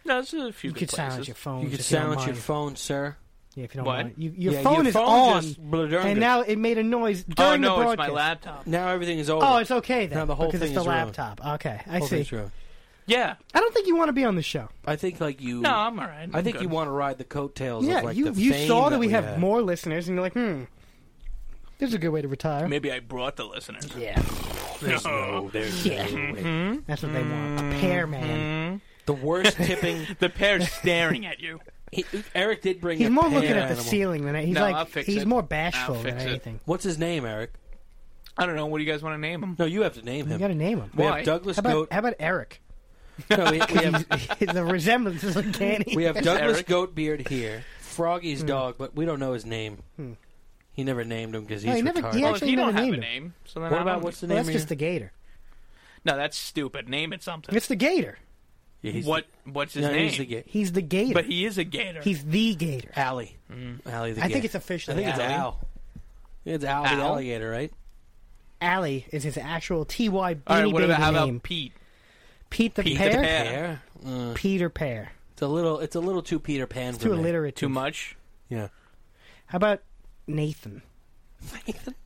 [SPEAKER 3] no, it's a few
[SPEAKER 2] You
[SPEAKER 3] good
[SPEAKER 2] could
[SPEAKER 3] places.
[SPEAKER 2] silence your phone.
[SPEAKER 1] You could silence your phone, sir.
[SPEAKER 2] Yeah, if you don't
[SPEAKER 3] What?
[SPEAKER 2] mind. You, your
[SPEAKER 1] Yeah,
[SPEAKER 2] phone
[SPEAKER 1] your
[SPEAKER 2] is
[SPEAKER 1] phone
[SPEAKER 2] on,
[SPEAKER 1] just bludgeoned it.
[SPEAKER 2] and now it made a noise during
[SPEAKER 3] Oh no,
[SPEAKER 2] the
[SPEAKER 3] it's my
[SPEAKER 2] broadcast.
[SPEAKER 3] laptop.
[SPEAKER 1] Now everything is over.
[SPEAKER 2] Oh, it's okay then.
[SPEAKER 1] Now the whole
[SPEAKER 2] because
[SPEAKER 1] thing
[SPEAKER 2] it's the
[SPEAKER 1] is ruined.
[SPEAKER 2] laptop. Okay, I
[SPEAKER 1] Whole
[SPEAKER 2] see.
[SPEAKER 1] thing's ruined.
[SPEAKER 3] Yeah.
[SPEAKER 2] I don't think you want to be on the show.
[SPEAKER 1] I think like you.
[SPEAKER 3] No, I'm all right.
[SPEAKER 1] I think
[SPEAKER 3] I'm
[SPEAKER 1] you
[SPEAKER 3] good.
[SPEAKER 1] want to ride the coattails.
[SPEAKER 2] yeah,
[SPEAKER 1] of, like,
[SPEAKER 2] you
[SPEAKER 1] the
[SPEAKER 2] you
[SPEAKER 1] fame
[SPEAKER 2] saw
[SPEAKER 1] that
[SPEAKER 2] that we have
[SPEAKER 1] had.
[SPEAKER 2] more listeners, and you're like, hmm, this is a good way to retire.
[SPEAKER 3] Maybe I brought the listeners.
[SPEAKER 2] Yeah,
[SPEAKER 1] There's no, there's
[SPEAKER 2] Yeah. Mm-hmm.
[SPEAKER 1] no way.
[SPEAKER 2] that's what they want. A pear man.
[SPEAKER 1] The worst tipping.
[SPEAKER 3] The pair's staring at you.
[SPEAKER 1] he- Eric did bring.
[SPEAKER 2] He's
[SPEAKER 1] a
[SPEAKER 2] more
[SPEAKER 1] pet
[SPEAKER 2] looking at the
[SPEAKER 1] animal.
[SPEAKER 2] ceiling than he's
[SPEAKER 3] No,
[SPEAKER 2] like
[SPEAKER 3] I'll fix
[SPEAKER 2] he's
[SPEAKER 3] it.
[SPEAKER 2] more bashful
[SPEAKER 3] I'll
[SPEAKER 2] than
[SPEAKER 3] fix it.
[SPEAKER 2] anything.
[SPEAKER 1] What's his name, Eric?
[SPEAKER 3] I don't know. What do you guys want to name him?
[SPEAKER 1] No, you have to name
[SPEAKER 2] You
[SPEAKER 1] him.
[SPEAKER 2] got to name him.
[SPEAKER 1] we
[SPEAKER 3] Why?
[SPEAKER 1] have Douglas
[SPEAKER 2] How about
[SPEAKER 1] Goat.
[SPEAKER 2] how about Eric?
[SPEAKER 1] No, we, we have,
[SPEAKER 2] the resemblance is uncanny.
[SPEAKER 1] we have Douglas
[SPEAKER 3] Eric.
[SPEAKER 1] Goatbeard here. Froggy's
[SPEAKER 2] Hmm.
[SPEAKER 1] dog, but we don't know his name. He never named him because he's
[SPEAKER 2] No, he never-
[SPEAKER 1] retarded.
[SPEAKER 2] he
[SPEAKER 3] Well, if
[SPEAKER 2] actually
[SPEAKER 3] you
[SPEAKER 2] never
[SPEAKER 3] don't have
[SPEAKER 2] named
[SPEAKER 3] a
[SPEAKER 2] him.
[SPEAKER 3] name, so then
[SPEAKER 1] what
[SPEAKER 3] I
[SPEAKER 1] about
[SPEAKER 3] don't-
[SPEAKER 1] what's the
[SPEAKER 2] Well,
[SPEAKER 1] name?
[SPEAKER 2] that's
[SPEAKER 1] of
[SPEAKER 2] just
[SPEAKER 1] your-
[SPEAKER 2] the gator.
[SPEAKER 3] No, that's stupid. Name it something.
[SPEAKER 2] It's the gator.
[SPEAKER 1] Yeah, he's
[SPEAKER 3] what what's
[SPEAKER 1] The,
[SPEAKER 3] his
[SPEAKER 1] no,
[SPEAKER 3] name?
[SPEAKER 1] he's the gate.
[SPEAKER 2] He's the gator.
[SPEAKER 3] But he is a gator.
[SPEAKER 2] He's the gator.
[SPEAKER 1] Alley. Alley the
[SPEAKER 2] I think
[SPEAKER 1] gator.
[SPEAKER 2] it's officially
[SPEAKER 1] Mm. I think it's
[SPEAKER 2] Alley.
[SPEAKER 1] Al. It's Al, the
[SPEAKER 3] Al?
[SPEAKER 1] alligator, right?
[SPEAKER 2] Alley is his actual T Y B
[SPEAKER 3] All right, what
[SPEAKER 2] baby
[SPEAKER 3] about how
[SPEAKER 2] name.
[SPEAKER 3] about Pete?
[SPEAKER 2] Pete the
[SPEAKER 3] Pete the
[SPEAKER 2] Pear?
[SPEAKER 3] Pear. Yeah.
[SPEAKER 1] Pear. Uh,
[SPEAKER 2] Peter Pear.
[SPEAKER 1] it's a little. It's a little too Peter Pan.
[SPEAKER 2] It's
[SPEAKER 1] for
[SPEAKER 2] too
[SPEAKER 1] me.
[SPEAKER 2] illiterate.
[SPEAKER 3] Too much.
[SPEAKER 1] Yeah.
[SPEAKER 2] How about Nathan?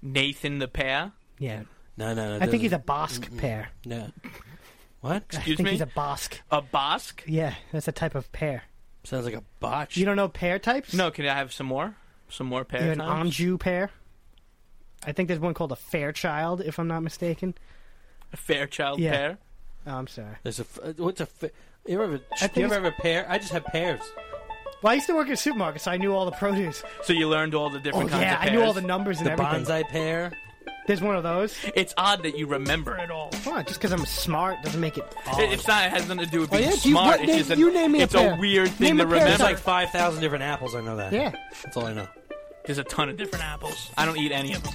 [SPEAKER 3] Nathan the Pear.
[SPEAKER 2] Yeah.
[SPEAKER 1] No, no, no.
[SPEAKER 2] I think
[SPEAKER 1] doesn't-
[SPEAKER 2] he's a Basque pear.
[SPEAKER 1] No. What?
[SPEAKER 2] I
[SPEAKER 3] Excuse
[SPEAKER 2] think
[SPEAKER 3] me?
[SPEAKER 2] he's a Basque.
[SPEAKER 3] A Bosque?
[SPEAKER 2] Yeah, that's a type of pear.
[SPEAKER 1] Sounds like a botch.
[SPEAKER 2] You don't know pear types?
[SPEAKER 3] No, can I have some more? Some more
[SPEAKER 2] You
[SPEAKER 3] pear
[SPEAKER 2] have an
[SPEAKER 3] times?
[SPEAKER 2] Anjou pear. I think there's one called a Fairchild, if I'm not mistaken.
[SPEAKER 3] A Fairchild
[SPEAKER 2] Yeah.
[SPEAKER 3] pear?
[SPEAKER 2] Oh, I'm sorry.
[SPEAKER 1] There's a. f- uh, What's a? f- You ever?
[SPEAKER 2] think
[SPEAKER 1] You ever have
[SPEAKER 2] it's-
[SPEAKER 1] a pear? I just have pears.
[SPEAKER 2] Well, I used to work at a supermarket, so I knew all the produce.
[SPEAKER 3] So you learned all the
[SPEAKER 2] Oh,
[SPEAKER 3] different kinds
[SPEAKER 2] yeah,
[SPEAKER 3] of
[SPEAKER 2] I
[SPEAKER 3] pears.
[SPEAKER 2] knew all the numbers and
[SPEAKER 1] The
[SPEAKER 2] everything.
[SPEAKER 1] bonsai pear.
[SPEAKER 2] There's one of those.
[SPEAKER 3] It's odd that you remember it all.
[SPEAKER 2] Come on, just because I'm smart doesn't make it. Odd.
[SPEAKER 3] It- It's not. It has nothing to do with
[SPEAKER 2] Oh,
[SPEAKER 3] being
[SPEAKER 2] yeah, do you-
[SPEAKER 3] smart.
[SPEAKER 2] what
[SPEAKER 3] it's
[SPEAKER 2] name-
[SPEAKER 3] just an,
[SPEAKER 2] you name me a
[SPEAKER 3] It's
[SPEAKER 2] pear.
[SPEAKER 3] a weird thing
[SPEAKER 2] Name
[SPEAKER 3] to
[SPEAKER 2] a pear
[SPEAKER 1] There's
[SPEAKER 3] remember.
[SPEAKER 2] type.
[SPEAKER 1] like five thousand different apples. I know that.
[SPEAKER 2] Yeah.
[SPEAKER 1] That's all I know.
[SPEAKER 3] There's a ton of different apples. I don't eat any of them.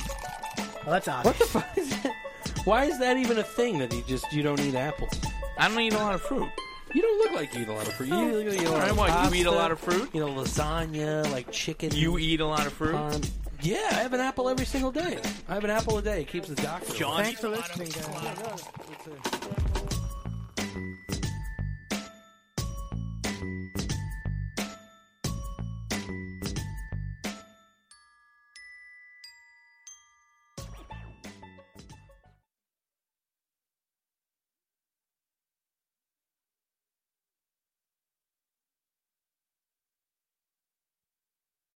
[SPEAKER 2] Well, Oh, that's odd.
[SPEAKER 1] What the fuck is that? Why is that even a thing that you just you don't eat apples?
[SPEAKER 3] I don't eat a lot of fruit.
[SPEAKER 1] You don't look like you eat a lot of fruit. You look like you eat a lot
[SPEAKER 3] Alright,
[SPEAKER 1] of
[SPEAKER 3] what, you eat a
[SPEAKER 1] pasta,
[SPEAKER 3] lot of fruit?
[SPEAKER 1] You know, lasagna, like chicken.
[SPEAKER 3] You eat a lot of fruit.
[SPEAKER 1] um, yeah, I have an apple every single day. I have an apple a day. It keeps the doctor.
[SPEAKER 3] John
[SPEAKER 2] Thanks for listening, guys.
[SPEAKER 1] away.